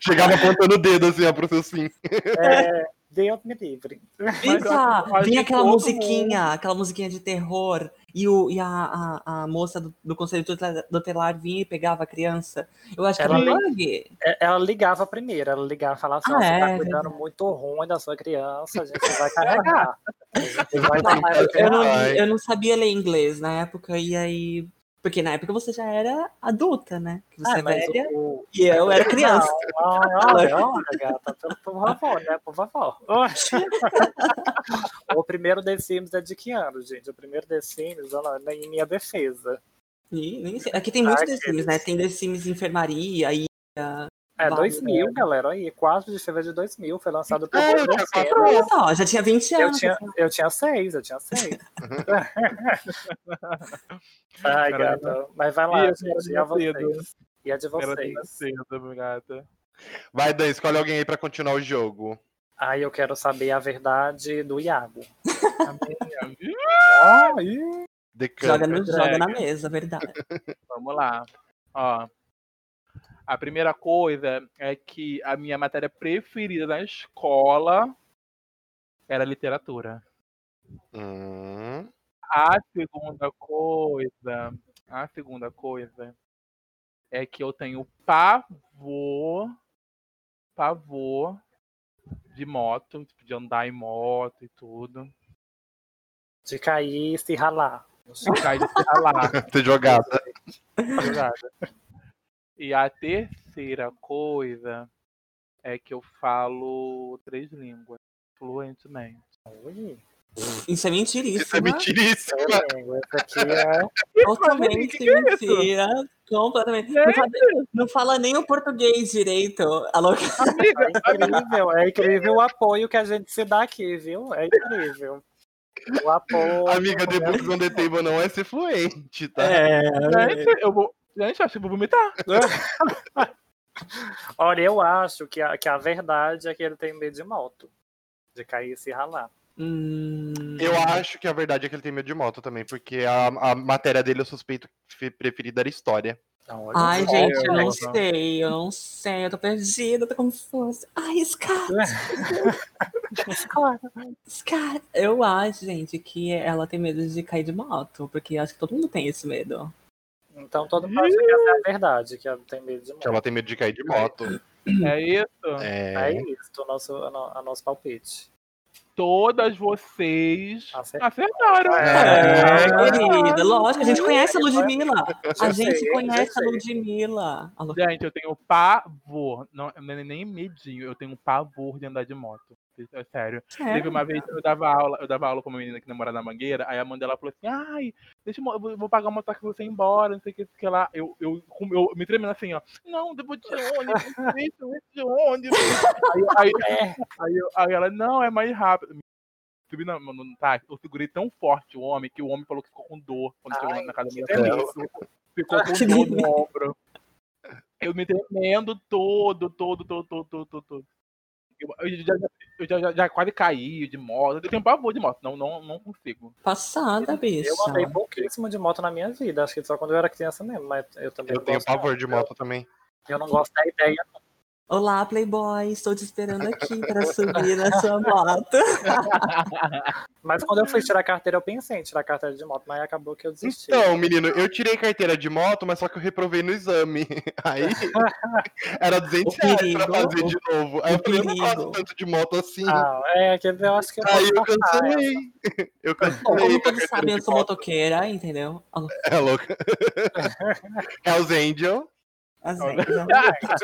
Speaker 1: Chegava apontando o dedo, assim, ó, pro seu sim.
Speaker 2: É, Deus me livre.
Speaker 3: eu acho que
Speaker 4: Fica!
Speaker 3: faz
Speaker 4: Vinha
Speaker 3: de
Speaker 4: aquela
Speaker 3: todo
Speaker 4: musiquinha, aquela musiquinha de terror. E, o, e a, a, a moça do, do conselho tutela- tutelar vinha e pegava a criança. Eu acho que era
Speaker 2: Ela
Speaker 4: um bug.
Speaker 2: É, Ela ligava primeiro, ela ligava e falava assim, ó,
Speaker 4: Ah,
Speaker 2: você
Speaker 4: é,
Speaker 2: tá
Speaker 4: é
Speaker 2: cuidando muito ruim da sua criança, a gente vai carregar. A gente vai
Speaker 1: Não,
Speaker 2: dar mais
Speaker 4: Tá, Eu não,
Speaker 1: Ai.
Speaker 4: eu não sabia ler inglês na época, e aí Porque na época você já era adulta, né? Que Você
Speaker 2: Ah,
Speaker 4: é
Speaker 2: mas
Speaker 4: velha
Speaker 2: o-
Speaker 4: e eu era criança.
Speaker 2: Não, não, olha, olha, gata, pelo- por favor, né? Por favor. o primeiro The Sims é de que ano, gente? O primeiro The Sims, olha lá, em minha defesa.
Speaker 4: Ih, nem sei. Aqui tem muitos
Speaker 2: Ah,
Speaker 4: The Sims,
Speaker 2: aqueles.
Speaker 4: né? Tem The Sims enfermaria e
Speaker 2: É
Speaker 4: Vale,
Speaker 3: né?
Speaker 2: 2000, galera, aí. 4 de fevereiro de 2000 foi
Speaker 3: É,
Speaker 2: lançado pelo
Speaker 4: É,
Speaker 1: Ah, eu tinha
Speaker 2: Rogério.
Speaker 3: né?
Speaker 1: quatro anos.
Speaker 4: ó, já tinha 20
Speaker 2: Eu
Speaker 4: anos.
Speaker 2: tinha, eu tinha seis, eu tinha seis. Ai,
Speaker 3: Caralho.
Speaker 2: gata. Mas vai
Speaker 3: Ih,
Speaker 2: lá,
Speaker 3: eu
Speaker 2: gente. E
Speaker 3: quero
Speaker 2: a
Speaker 3: nascer,
Speaker 2: é, vocês? E a de
Speaker 3: Era
Speaker 2: vocês?
Speaker 3: assim, cedo, gata.
Speaker 1: Vai, Dan, escolhe alguém aí pra continuar o jogo.
Speaker 2: Ai, eu quero saber a verdade do Iago.
Speaker 3: A minha-
Speaker 1: The
Speaker 4: Joga,
Speaker 1: Cutter.
Speaker 4: no-
Speaker 3: Canta,
Speaker 4: joga
Speaker 3: é.
Speaker 4: na mesa, verdade.
Speaker 3: Vamos lá. Ó. A primeira coisa é que a minha matéria preferida na escola era literatura.
Speaker 1: Hum.
Speaker 3: A segunda coisa, a segunda coisa é que eu tenho pavor, pavor de moto, tipo, de andar em moto e tudo.
Speaker 2: De cair e se ralar.
Speaker 3: Ficar de ralar.
Speaker 1: Ter jogado.
Speaker 3: Obrigado. E a terceira coisa é que eu falo três línguas fluentemente.
Speaker 2: Ui,
Speaker 4: Isso é
Speaker 1: Isso é
Speaker 4: mentiríssimo.
Speaker 1: mentiríssimo.
Speaker 2: eu lembro, essa aqui é...
Speaker 4: Totalmente mentira. Completamente. Não fala, não fala nem o português direito. A louca
Speaker 3: Amiga,
Speaker 2: É incrível, é incrível o apoio que a gente se dá aqui, viu? É incrível. O apoio.
Speaker 1: Amiga, The Books on the Table não é ser fluente,
Speaker 4: É.
Speaker 1: tá?
Speaker 3: gente, eu vou. Gente, acho que eu vou vomitar. né?
Speaker 2: Olha, eu acho que a, que a verdade é que ele tem medo de moto. De cair e se ralar.
Speaker 4: Hum,
Speaker 1: Eu acho que a verdade é que ele tem medo de moto também, porque a, a matéria dele, eu suspeito, fe- preferida era história.
Speaker 2: Então, olha
Speaker 4: Ai,
Speaker 2: só.
Speaker 4: gente, eu
Speaker 3: Olha,
Speaker 4: não
Speaker 3: Elsa.
Speaker 4: sei, eu não sei, eu tô perdida, eu tô confusa. Ai, Scar, Scar. Eu acho, gente, que ela tem medo de cair de moto, porque eu acho que todo mundo tem esse medo.
Speaker 2: Então todo mundo acha que essa é a verdade, que ela tem medo de
Speaker 1: Que
Speaker 2: moto.
Speaker 1: ela tem medo de cair de moto.
Speaker 3: É isso.
Speaker 2: É
Speaker 1: É.
Speaker 2: isso, o nosso, o no- o nosso palpite.
Speaker 3: Todas vocês
Speaker 2: Acertou.
Speaker 3: acertaram.
Speaker 1: É.
Speaker 4: É, querida, lógico, a gente conhece a Ludmilla. A
Speaker 2: Já
Speaker 4: gente
Speaker 2: Ah, sei,
Speaker 4: conhece
Speaker 2: já
Speaker 4: a
Speaker 2: sei.
Speaker 4: Ludmilla. A Lu-
Speaker 3: Gente, eu tenho pavor. Não, não é nem medinho, eu tenho pavor de andar de moto. É sério. Teve
Speaker 4: É.
Speaker 3: uma vez que eu dava aula, eu dava aula com uma menina que namorava na mangueira, aí a mãe dela falou assim, ai, deixa eu, mo- eu vou- vou pagar uma moto pra você ir embora, não sei o que, não sei o que lá. Eu, eu, com- eu me tremendo assim, ó, não, eu vou de ônibus, isso, eu vou de ônibus. aí, aí, aí, eu- aí ela, não, é mais rápido. Subi na, no, no táxi, eu segurei tão forte o homem que o homem falou que ficou com dor quando
Speaker 2: Ai,
Speaker 3: chegou na casa da
Speaker 2: que
Speaker 3: mulher. Ficou
Speaker 4: Que
Speaker 3: com dor no
Speaker 4: delícia.
Speaker 3: ombro. Eu me tremendo todo, todo, todo, todo, todo, todo. todo. Eu, eu já, eu já, já, já quase caí de moto. Eu tenho pavor de moto, não, não, não consigo.
Speaker 4: Passada, bicha.
Speaker 2: Eu andei pouquíssimo de moto na minha vida, acho que só quando eu era criança mesmo, mas eu também
Speaker 1: Eu
Speaker 2: não
Speaker 1: tenho
Speaker 2: gosto, não.
Speaker 1: pavor de moto também.
Speaker 2: Eu, eu não gosto da ideia.
Speaker 4: Olá, Playboy, estou te esperando aqui para subir na sua moto.
Speaker 2: Mas quando eu fui tirar carteira, eu pensei em tirar carteira de moto, mas acabou que eu desisti.
Speaker 1: Então, menino, eu tirei carteira de moto, mas só que eu reprovei no exame. Aí era 200
Speaker 4: O
Speaker 1: reais pra
Speaker 4: perigo,
Speaker 1: fazer
Speaker 4: o-
Speaker 1: de novo. Aí eu
Speaker 4: o
Speaker 1: falei, eu não
Speaker 4: perigo.
Speaker 1: gosto tanto de moto assim.
Speaker 2: Ah, é, que eu acho que eu
Speaker 1: Aí eu
Speaker 2: posso passar, é.
Speaker 1: cancelei. Eu
Speaker 4: Bom,
Speaker 1: cancelei.
Speaker 4: como
Speaker 1: minha
Speaker 4: todos
Speaker 1: carteira
Speaker 4: sabem, eu
Speaker 1: de
Speaker 4: sou
Speaker 1: moto.
Speaker 4: motoqueira, entendeu? A Lu-
Speaker 1: É louca. Hells Angel.
Speaker 4: As
Speaker 3: Olha.
Speaker 4: velhas.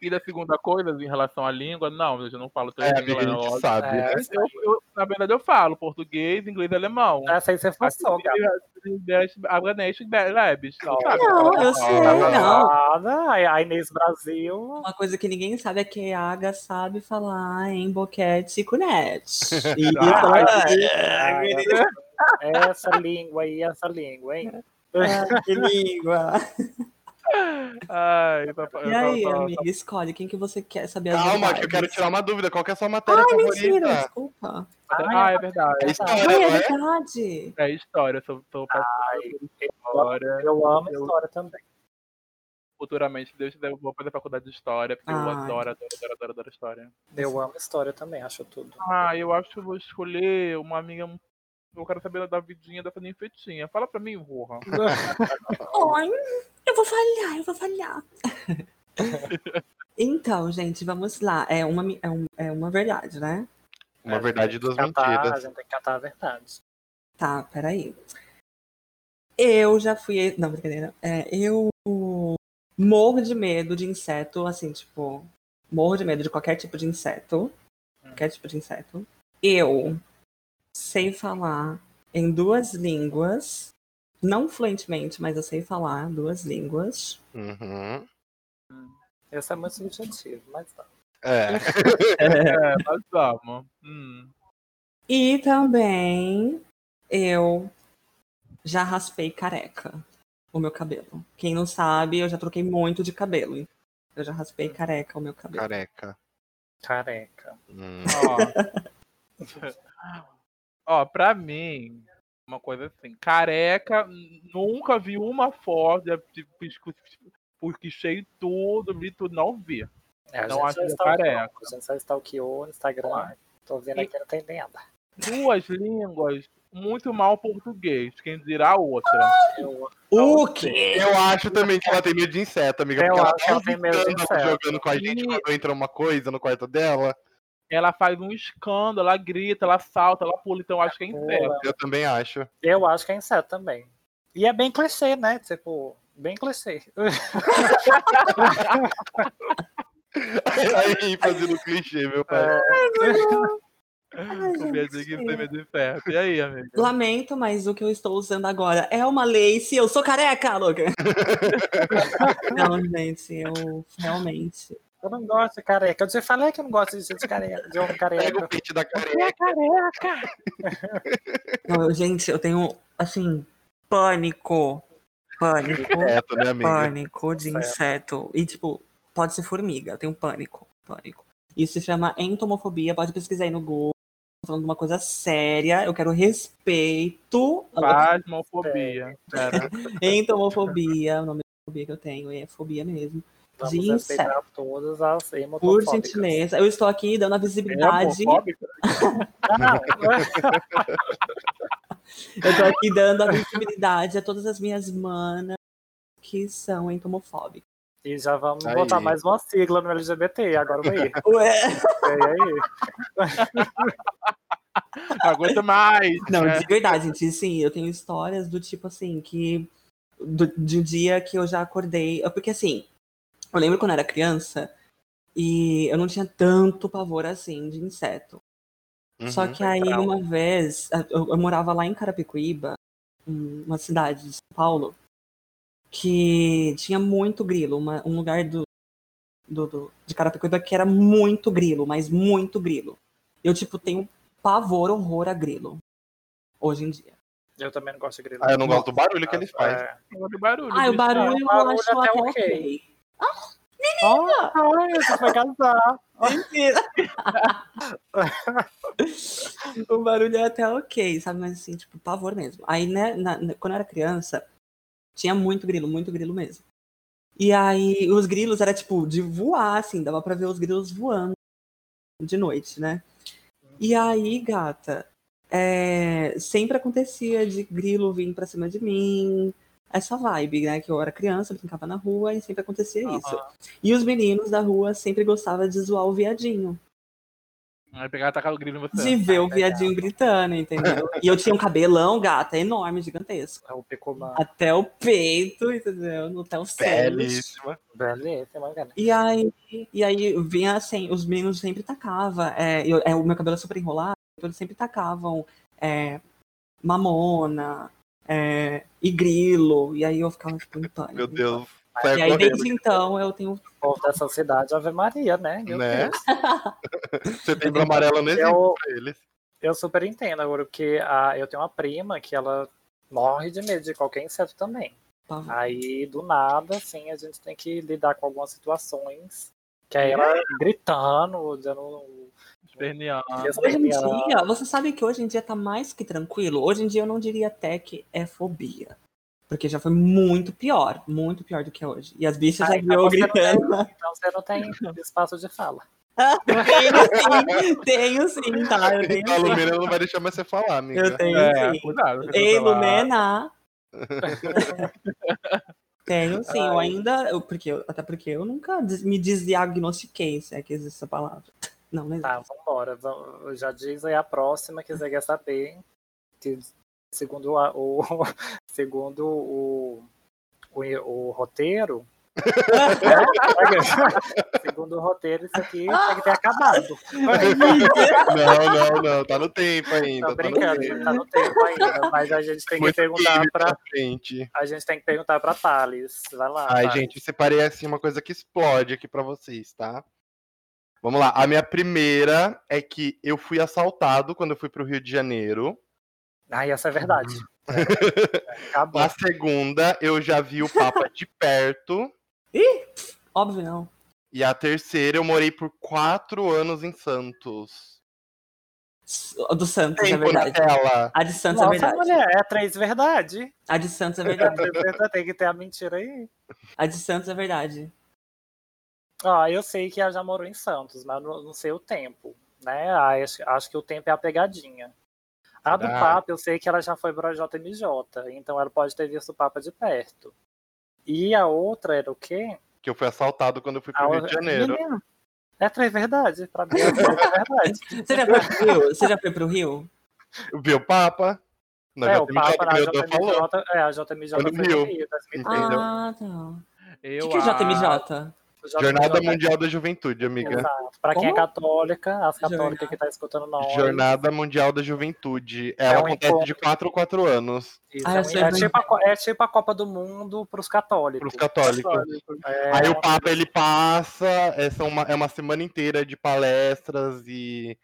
Speaker 3: E da segunda coisa, em relação à língua, não, eu já não falo três
Speaker 1: É, amiga,
Speaker 3: línguas.
Speaker 1: a gente
Speaker 3: lógico.
Speaker 1: sabe.
Speaker 2: É.
Speaker 3: Eu- eu- na verdade, eu falo português, inglês e alemão. Assim,
Speaker 2: Essa aí você forçou, cara.
Speaker 3: Afganês e Labs. Não, sabe?
Speaker 4: Não, eu sei, não.
Speaker 2: Nada. A- A Inês Brasil.
Speaker 4: Uma coisa que ninguém sabe é que a Aga sabe falar em boquete e cunete. E
Speaker 3: Ah,
Speaker 4: falar,
Speaker 2: Ah,
Speaker 4: "Ai,
Speaker 2: essa, essa língua aí, essa língua, hein?
Speaker 4: ai, que língua.
Speaker 3: Ai, tá-
Speaker 4: E
Speaker 3: tá-
Speaker 4: aí,
Speaker 3: tá- tá-
Speaker 4: amiga, escolhe quem que você quer saber as
Speaker 1: Calma, que eu
Speaker 4: verdades.
Speaker 1: quero tirar uma dúvida. Qual que é a sua matéria
Speaker 4: Ai,
Speaker 1: favorita?
Speaker 4: Ah, mentira, desculpa.
Speaker 3: Ah, é verdade.
Speaker 1: É
Speaker 4: Ai,
Speaker 1: história,
Speaker 4: é
Speaker 1: não é?
Speaker 4: verdade.
Speaker 3: É história, eu sou, sou apaixonado
Speaker 2: Ai,
Speaker 3: por história.
Speaker 2: eu amo
Speaker 3: Eu-
Speaker 2: história também.
Speaker 3: Futuramente, se Deus quiser, eu vou fazer faculdade de história, porque eu
Speaker 4: Ai.
Speaker 3: adoro, adoro, adoro, adoro, adoro história.
Speaker 2: Eu amo história também, acho tudo.
Speaker 3: Ah, eu acho que eu vou escolher uma amiga. Eu quero saber da vidinha dessa ninfetinha. Fala pra mim, porra.
Speaker 4: Ai, eu vou falhar, eu vou falhar. então, gente, vamos lá. É uma, mi- é um- é uma verdade, né?
Speaker 1: Uma
Speaker 2: A
Speaker 1: É verdade e
Speaker 2: gente tem
Speaker 1: duas
Speaker 2: que catar, A
Speaker 1: mentiras.
Speaker 2: gente tem que catar a verdade.
Speaker 4: Tá, peraí. Tá, Eu já fui. Não, brincadeira. É, eu morro de medo de inseto, assim, tipo. Morro de medo de qualquer tipo de inseto. Qualquer tipo de inseto. Eu sei falar em duas línguas. Não fluentemente, mas eu sei falar duas línguas.
Speaker 1: Uhum.
Speaker 2: Esse é muito subjetivo, mas tá.
Speaker 1: É.
Speaker 3: É, nós vamos. Hum.
Speaker 4: E também eu já raspei careca o meu cabelo. Quem não sabe, eu já troquei muito de cabelo. Eu já raspei careca o meu cabelo.
Speaker 1: Careca.
Speaker 2: Careca.
Speaker 1: Hum.
Speaker 2: É.
Speaker 3: Ó. Ó, pra mim, uma coisa assim, careca, n- nunca vi uma foto, de- de- pisco- porque cheio tudo, vi tudo, não vi.
Speaker 2: É, a
Speaker 3: Não
Speaker 2: gente
Speaker 3: acho
Speaker 2: já
Speaker 3: que é
Speaker 2: stalkeou,
Speaker 3: careca.
Speaker 2: A gente só stalkeou no Instagram.
Speaker 3: Claro.
Speaker 2: Tô vendo aqui, não tem nada.
Speaker 3: Duas línguas, muito mal português, quem dirá a outra.
Speaker 2: Eu,
Speaker 4: O quê?
Speaker 1: Eu acho também que ela tem medo de inseto, amiga.
Speaker 2: Eu
Speaker 1: porque ela
Speaker 2: acho que ela tem medo de
Speaker 1: ficando
Speaker 2: inseto.
Speaker 1: jogando com a gente
Speaker 3: E-
Speaker 1: quando entra uma coisa no quarto dela.
Speaker 3: Ela faz um escândalo, ela grita, ela salta, ela pula, então eu acho que é inseto.
Speaker 1: Eu também acho.
Speaker 2: eu acho que é inseto também. E é bem clichê, né? Tipo, bem clichê.
Speaker 1: Aí, fazendo clichê, meu
Speaker 2: É.
Speaker 1: pai.
Speaker 3: É.
Speaker 4: Ai,
Speaker 3: Com medo de que
Speaker 4: gente.
Speaker 3: tem medo de inseto. E aí, amiga?
Speaker 4: Lamento, mas o que eu estou usando agora é uma lace. Eu sou careca, louca. não, gente, eu realmente.
Speaker 2: Eu não gosto de careca. Eu te falei que eu não gosto de gente careca, de homem
Speaker 1: Pega o
Speaker 2: careca.
Speaker 1: pente da careca.
Speaker 4: Não, eu- gente, eu tenho, assim, pânico. Pânico.
Speaker 1: Inseto, né, amiga?
Speaker 4: Pânico de
Speaker 2: Certo.
Speaker 4: inseto. E, tipo, pode ser formiga. Eu tenho pânico. Pânico. Isso se chama entomofobia. Pode pesquisar aí no Google. Tô falando de uma coisa séria. Eu quero respeito.
Speaker 3: Pasmofobia. Cara,
Speaker 4: Entomofobia. O nome da fobia que eu tenho é fobia mesmo.
Speaker 2: Vamos
Speaker 4: de
Speaker 2: respeitar todas as É
Speaker 4: Por
Speaker 2: hemotofóbicas.
Speaker 4: gentileza. Eu estou aqui dando a
Speaker 3: é
Speaker 4: visibilidade.
Speaker 3: homofóbica?
Speaker 2: Ah, não.
Speaker 4: Eu tô aqui dando a visibilidade a todas as minhas manas que são entomofóbicas.
Speaker 2: E já vamos
Speaker 1: Aí.
Speaker 2: botar mais uma sigla no LGBT. Agora vai.
Speaker 4: Ué.
Speaker 2: Vem aí.
Speaker 3: Aguenta mais.
Speaker 4: Não,
Speaker 3: né?
Speaker 4: de verdade, gente, sim, eu tenho histórias do tipo assim, que. Do, de um dia que eu já acordei. eu- Porque assim, eu lembro quando eu era criança e eu não tinha tanto pavor assim de inseto. Só
Speaker 1: Uhum.
Speaker 4: que aí,
Speaker 2: legal.
Speaker 4: uma vez, a- eu, eu morava lá em Carapicuíba, um- uma cidade de São Paulo, que tinha muito grilo, uma- um lugar do, do- do- de Carapicuíba que era muito grilo, mas muito grilo. Eu, tipo, tenho pavor, horror a grilo, hoje em dia.
Speaker 2: Eu também não gosto de grilo.
Speaker 1: Ah, eu não gosto do barulho que eles fazem.
Speaker 2: É.
Speaker 3: Muito barulho.
Speaker 4: Ah, o
Speaker 3: bicho.
Speaker 4: barulho eu
Speaker 2: barulho
Speaker 4: acho
Speaker 2: até
Speaker 4: até
Speaker 2: ok.
Speaker 4: ok.
Speaker 2: Ah, olha, você vai casar.
Speaker 4: Mentira! o barulho é até ok, sabe? Mas assim, tipo, pavor mesmo. Aí, né, na- na- quando eu era criança, tinha muito grilo, muito grilo mesmo. E aí, os grilos era tipo de voar, assim, dava pra ver os grilos voando de noite, né? E aí, gata, é, sempre acontecia de grilo vir pra cima de mim, essa vibe, né? Que eu era criança, brincava na rua e sempre acontecia
Speaker 3: Aham.
Speaker 4: isso. E os meninos da rua sempre gostavam de zoar o viadinho
Speaker 3: Vai pegar e tacar o grilo em você.
Speaker 4: de
Speaker 1: Ah,
Speaker 4: ver o
Speaker 2: legal.
Speaker 4: viadinho gritando, entendeu? E eu tinha um cabelão, gata, enorme, gigantesco.
Speaker 2: É o Picumã.
Speaker 4: Até o peito, entendeu? Até o céu.
Speaker 1: Belíssima.
Speaker 2: Belíssima, cara.
Speaker 4: E aí, e aí vinha assim, os meninos sempre tacavam. É, eu- é, o meu cabelo é super enrolado, então eles sempre tacavam é, mamona é, e grilo. E aí eu ficava tipo em pânico.
Speaker 1: Meu Deus.
Speaker 4: E
Speaker 1: Sai
Speaker 4: aí
Speaker 1: correndo.
Speaker 4: desde então eu tenho.
Speaker 2: O povo dessa cidade, Ave Maria, né? Meu É
Speaker 1: Né?
Speaker 2: Deus.
Speaker 1: Setembro amarelo não existe
Speaker 2: Eu,
Speaker 1: pra eles.
Speaker 2: eu super entendo agora, porque a, eu tenho uma prima que ela morre de medo de qualquer inseto também.
Speaker 4: pavor.
Speaker 2: Aí, do nada, assim, a gente tem que lidar com algumas situações. Que
Speaker 1: É?
Speaker 2: aí ela gritando, dando.
Speaker 3: Esperneando.
Speaker 1: Ah.
Speaker 4: Hoje em dia, você sabe que hoje em dia tá mais que tranquilo. Hoje em dia eu não diria até que é fobia. Porque já foi muito pior, muito pior do que é hoje. E as bichas
Speaker 2: Ah,
Speaker 4: já
Speaker 2: então
Speaker 4: viram
Speaker 2: você não
Speaker 4: gritando.
Speaker 2: Então você não tem espaço de fala.
Speaker 4: tenho sim, tenho sim, tá? Eu tenho
Speaker 1: A
Speaker 4: sim.
Speaker 1: Lumena não vai deixar mais você falar, amiga.
Speaker 4: Eu tenho
Speaker 3: É,
Speaker 4: sim. né,
Speaker 3: cuidado. você
Speaker 4: Ei,
Speaker 3: tá lá.
Speaker 4: Lumena! Tenho sim, eu ainda. eu- porque, eu- até porque eu nunca des- me desdiagnostiquei, se é que existe essa palavra. Não, não existe.
Speaker 2: Tá, vambora. Vam- Já diz aí a próxima que você quer saber. Que, segundo a- o, segundo o, o, o roteiro. né? segundo o roteiro, isso aqui tem que ter acabado.
Speaker 1: Não, não, não. Tá no tempo ainda.
Speaker 2: Tô
Speaker 1: tá no tempo.
Speaker 2: brincando, tá no tempo ainda. Mas a gente tem que
Speaker 1: Muito
Speaker 2: perguntar
Speaker 1: filme
Speaker 2: pra.
Speaker 1: frente.
Speaker 2: A gente tem que perguntar pra Thales. Vai lá.
Speaker 1: Ai,
Speaker 2: Thales.
Speaker 1: gente, separei assim uma coisa que explode aqui pra vocês, tá? Vamos lá. A minha primeira é que eu fui assaltado quando eu fui pro Rio de Janeiro.
Speaker 2: Ai, essa é verdade. Acabou.
Speaker 1: A segunda, eu já vi o Papa de perto.
Speaker 4: Óbvio não.
Speaker 1: E a terceira, eu morei por quatro anos em Santos.
Speaker 4: S- Do Santos, é
Speaker 1: Tempo na
Speaker 4: verdade.
Speaker 1: tela.
Speaker 4: A de Santos é
Speaker 2: Nossa,
Speaker 4: verdade.
Speaker 2: mulher, é três verdade.
Speaker 4: A de Santos é verdade.
Speaker 2: Tem que ter a mentira aí.
Speaker 4: A de Santos é verdade.
Speaker 2: Ó, eu sei que ela já morou em Santos, mas eu não não sei o tempo, né? Ah, Acho, acho que o tempo é a pegadinha. A do
Speaker 1: Será?
Speaker 2: Papa, eu sei que ela já foi pra JMJ, então ela pode ter visto o Papa de perto. E a outra era o quê?
Speaker 1: Que eu fui assaltado quando eu fui
Speaker 2: A
Speaker 1: pro Rio
Speaker 2: outra-
Speaker 1: de Janeiro.
Speaker 2: Menina, é três verdade, pra mim é três verdade.
Speaker 4: Você já foi pro Rio? Você já foi pro Rio?
Speaker 1: Eu vi o Papa. Não,
Speaker 2: é,
Speaker 1: já
Speaker 2: o
Speaker 1: tem
Speaker 2: Papa
Speaker 1: já
Speaker 2: na
Speaker 1: que eu tô falando.
Speaker 2: JMJ, é, a
Speaker 1: Foi
Speaker 2: JMJ foi
Speaker 1: no
Speaker 2: no
Speaker 1: Rio.
Speaker 2: Rio, 2013.
Speaker 1: Entendeu?
Speaker 4: Ah, tá.
Speaker 3: Eu
Speaker 4: O que, que é JMJ?
Speaker 1: Jornada
Speaker 2: JMJ.
Speaker 1: Mundial da Juventude, amiga.
Speaker 2: Exato. Pra quem é
Speaker 4: Como?
Speaker 2: católica, as católicas
Speaker 4: Jornada.
Speaker 2: que tá escutando nós.
Speaker 1: Jornada Mundial da Juventude. Ela
Speaker 2: É um
Speaker 1: acontece de
Speaker 2: encontro.
Speaker 1: 4 a 4 anos
Speaker 2: Isso,
Speaker 4: Ah,
Speaker 2: é,
Speaker 4: eu
Speaker 2: um-
Speaker 4: sei
Speaker 2: é
Speaker 4: bem.
Speaker 2: tipo a, co- é tipo a Copa do Mundo pros católicos.
Speaker 1: pros católicos.
Speaker 2: É,
Speaker 1: Aí o Papa ele passa, é, são uma, é uma semana inteira de palestras e,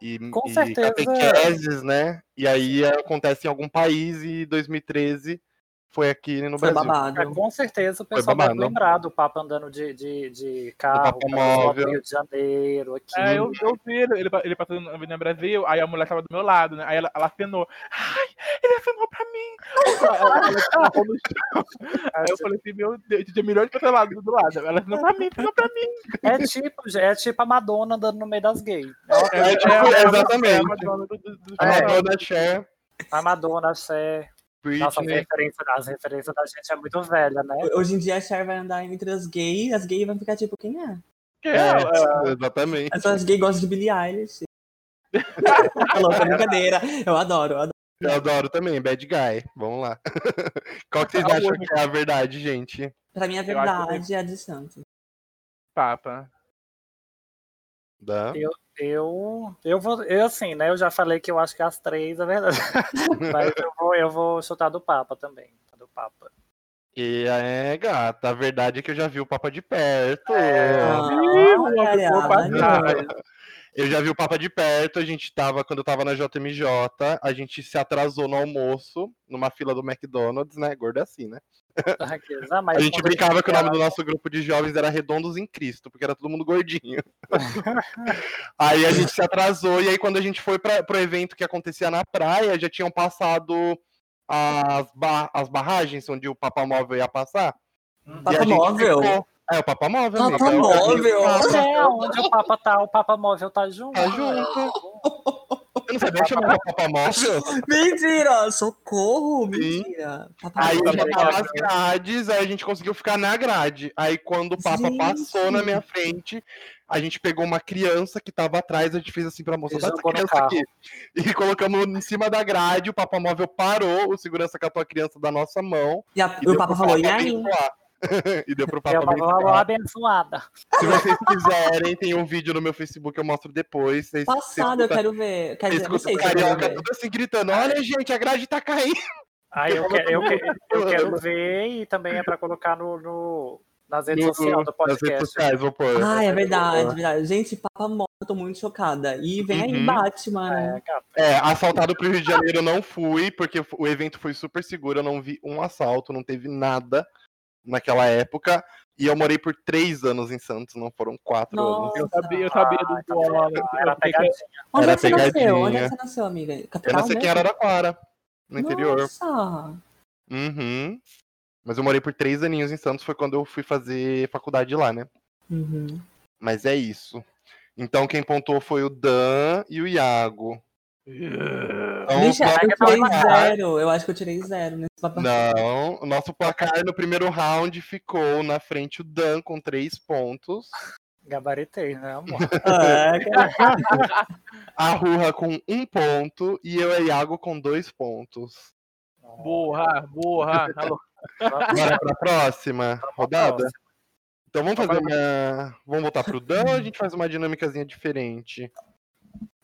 Speaker 1: e,
Speaker 2: Com
Speaker 1: e
Speaker 2: certeza.
Speaker 1: catequeses, né? E aí acontece em algum país e 2013 foi aqui no
Speaker 4: Foi
Speaker 1: Brasil.
Speaker 2: é,
Speaker 4: babado.
Speaker 2: com certeza o
Speaker 1: Foi
Speaker 2: pessoal vai
Speaker 1: babado.
Speaker 2: lembrar do Papa andando de, de, de carro
Speaker 1: Papa
Speaker 2: pelo
Speaker 1: móvel.
Speaker 2: Rio de Janeiro, aqui.
Speaker 3: É, eu, eu vi ele, ele, ele passou na Avenida Brasil, aí a mulher tava do meu lado, né? Aí ela, ela acenou. Ai, ele acenou pra mim! Ela, ela, ela, ela colocou no chão. aí eu falei assim, meu Deus, tinha milhões de pessoas lá do do lado. Ela acenou pra mim, acenou pra mim.
Speaker 2: É tipo, é tipo a Madonna andando no meio das gays.
Speaker 1: É, tipo, exatamente.
Speaker 3: a Madonna do- do- do-
Speaker 1: A
Speaker 2: É.
Speaker 1: Madonna Cher,
Speaker 2: A Madonna, é... Nossa, as
Speaker 1: Britney,
Speaker 2: referências, as referências da gente é muito velha, né?
Speaker 4: Hoje em dia a Cher vai andar entre as gays, as gays vão ficar tipo, quem é?
Speaker 3: Que
Speaker 1: é,
Speaker 3: ela-
Speaker 1: exatamente.
Speaker 4: Essas gays gostam de Billie Eilish. tá louca, brincadeira. Eu adoro, eu adoro.
Speaker 1: Eu adoro também, Bad Guy. Vamos lá. Qual que vocês
Speaker 3: Ah,
Speaker 1: acham
Speaker 3: hoje.
Speaker 1: que é a verdade, gente?
Speaker 4: Pra mim, a
Speaker 3: Eu acho que-
Speaker 4: verdade é a de Santos.
Speaker 3: Papa.
Speaker 1: Da...
Speaker 2: Eu, eu vou, eu assim, né? Eu já falei que eu acho que as três é verdade. Mas eu vou, eu vou chutar do Papa também. tá Do Papa.
Speaker 1: E é, gata, a verdade é que eu já vi o Papa de perto.
Speaker 2: É.
Speaker 3: Ih, uma
Speaker 4: Ah, olha,
Speaker 3: pessoa passada.
Speaker 1: Eu já vi o Papa de perto, a gente tava, quando eu tava na JMJ, a gente se atrasou no almoço, numa fila do McDonald's, né? Gordo é assim, né?
Speaker 2: Raqueza, ah, mas
Speaker 1: A gente
Speaker 2: quando
Speaker 1: brincava que o nome do nosso grupo de jovens era Redondos em Cristo, porque era todo mundo gordinho. aí a gente se atrasou, e aí quando a gente foi pra, pro evento que acontecia na praia, já tinham passado as, ba- as barragens onde o Papa Móvel ia passar. e a
Speaker 4: Papa
Speaker 1: gente
Speaker 4: móvel?
Speaker 1: ficou- É, o Papa Móvel. amiga,
Speaker 4: Papa
Speaker 1: é o caminho do
Speaker 4: Móvel?
Speaker 1: Papa.
Speaker 2: É, onde o Papa tá, o Papa móvel tá junto.
Speaker 1: Tá junto. Eu não sabia que chamava Papa Móvel.
Speaker 4: Mentira! Socorro!
Speaker 1: Sim.
Speaker 4: Mentira! Papai,
Speaker 1: Aí
Speaker 3: tá
Speaker 1: eu já
Speaker 3: bom.
Speaker 1: tava nas grades, aí a gente conseguiu ficar na grade. Aí quando o Papa
Speaker 4: Gente.
Speaker 1: passou na minha frente, a gente pegou uma criança que tava atrás, a gente fez assim pra moça,
Speaker 2: E
Speaker 1: tá essa
Speaker 2: jogou no
Speaker 1: criança aqui. E colocamos em cima da grade, o Papa Móvel parou, o segurança catou a criança da nossa mão.
Speaker 4: e, a- e o
Speaker 1: deu
Speaker 4: Papa
Speaker 1: pro
Speaker 4: falou,
Speaker 3: é
Speaker 4: e aí?
Speaker 1: abençoar. e deu pro
Speaker 2: É
Speaker 1: Papa tá.
Speaker 2: uma
Speaker 1: abençoar.
Speaker 2: palavra abençoada.
Speaker 1: Se vocês quiserem, tem um vídeo no meu Facebook, eu mostro depois. Vocês,
Speaker 4: Passado, eu
Speaker 1: vocês escutam-
Speaker 4: quero ver. Quer
Speaker 1: vocês
Speaker 4: dizer, não
Speaker 1: escutam
Speaker 4: sei
Speaker 1: o
Speaker 4: se eu quero
Speaker 1: carioca
Speaker 4: ver.
Speaker 1: todo assim gritando, olha gente, a grade tá caindo.
Speaker 2: Aí eu, que- eu, que- eu quero ver e também é pra colocar no, no- nas redes
Speaker 1: No-
Speaker 2: sociais do
Speaker 1: Nas redes
Speaker 2: podcast.
Speaker 1: sociais, vou pôr.
Speaker 4: Ah, é verdade, verdade. Gente, Papa Móvel, eu tô muito chocada. E vem
Speaker 1: Uhum.
Speaker 4: aí Batman. né?
Speaker 2: É, cara,
Speaker 1: É, assaltado pro Rio de Janeiro eu não fui, porque o evento foi super seguro, eu não vi um assalto, não teve nada naquela época. E eu morei por três anos em Santos, não foram quatro
Speaker 4: Nossa.
Speaker 3: Eu sabia, eu sabia do
Speaker 2: Ah,
Speaker 3: do homem.
Speaker 2: era pegadinha.
Speaker 4: Onde
Speaker 1: Era
Speaker 4: é que você nasceu?
Speaker 1: pegadinha.
Speaker 4: Onde é que você nasceu, amiga?
Speaker 1: anos. Eu
Speaker 4: Capital
Speaker 1: nasci aqui em
Speaker 4: tá mesmo?
Speaker 1: Araraquara, no interior.
Speaker 4: Nossa!
Speaker 1: Uhum. Mas eu morei por três aninhos em Santos, foi quando eu fui fazer faculdade lá, né?
Speaker 4: Uhum.
Speaker 1: Mas é isso. Então quem pontuou foi o Dan e o Iago. Então,
Speaker 4: Vixe,
Speaker 1: o
Speaker 4: acho que eu
Speaker 1: nosso
Speaker 4: tirei
Speaker 1: placar-
Speaker 4: zero. Eu acho que eu tirei zero nesse Papa
Speaker 1: Não, o nosso placar no primeiro round ficou na frente o Dan com três pontos.
Speaker 2: Gabaritei, né, amor?
Speaker 4: Ah, cara.
Speaker 1: a Ruha com um ponto e eu e Iago com dois pontos.
Speaker 3: Borra, borra. Alô.
Speaker 1: Bora pra próxima rodada? Então vamos fazer uma. Vamos voltar pro Dan ou a gente faz uma dinâmicazinha diferente?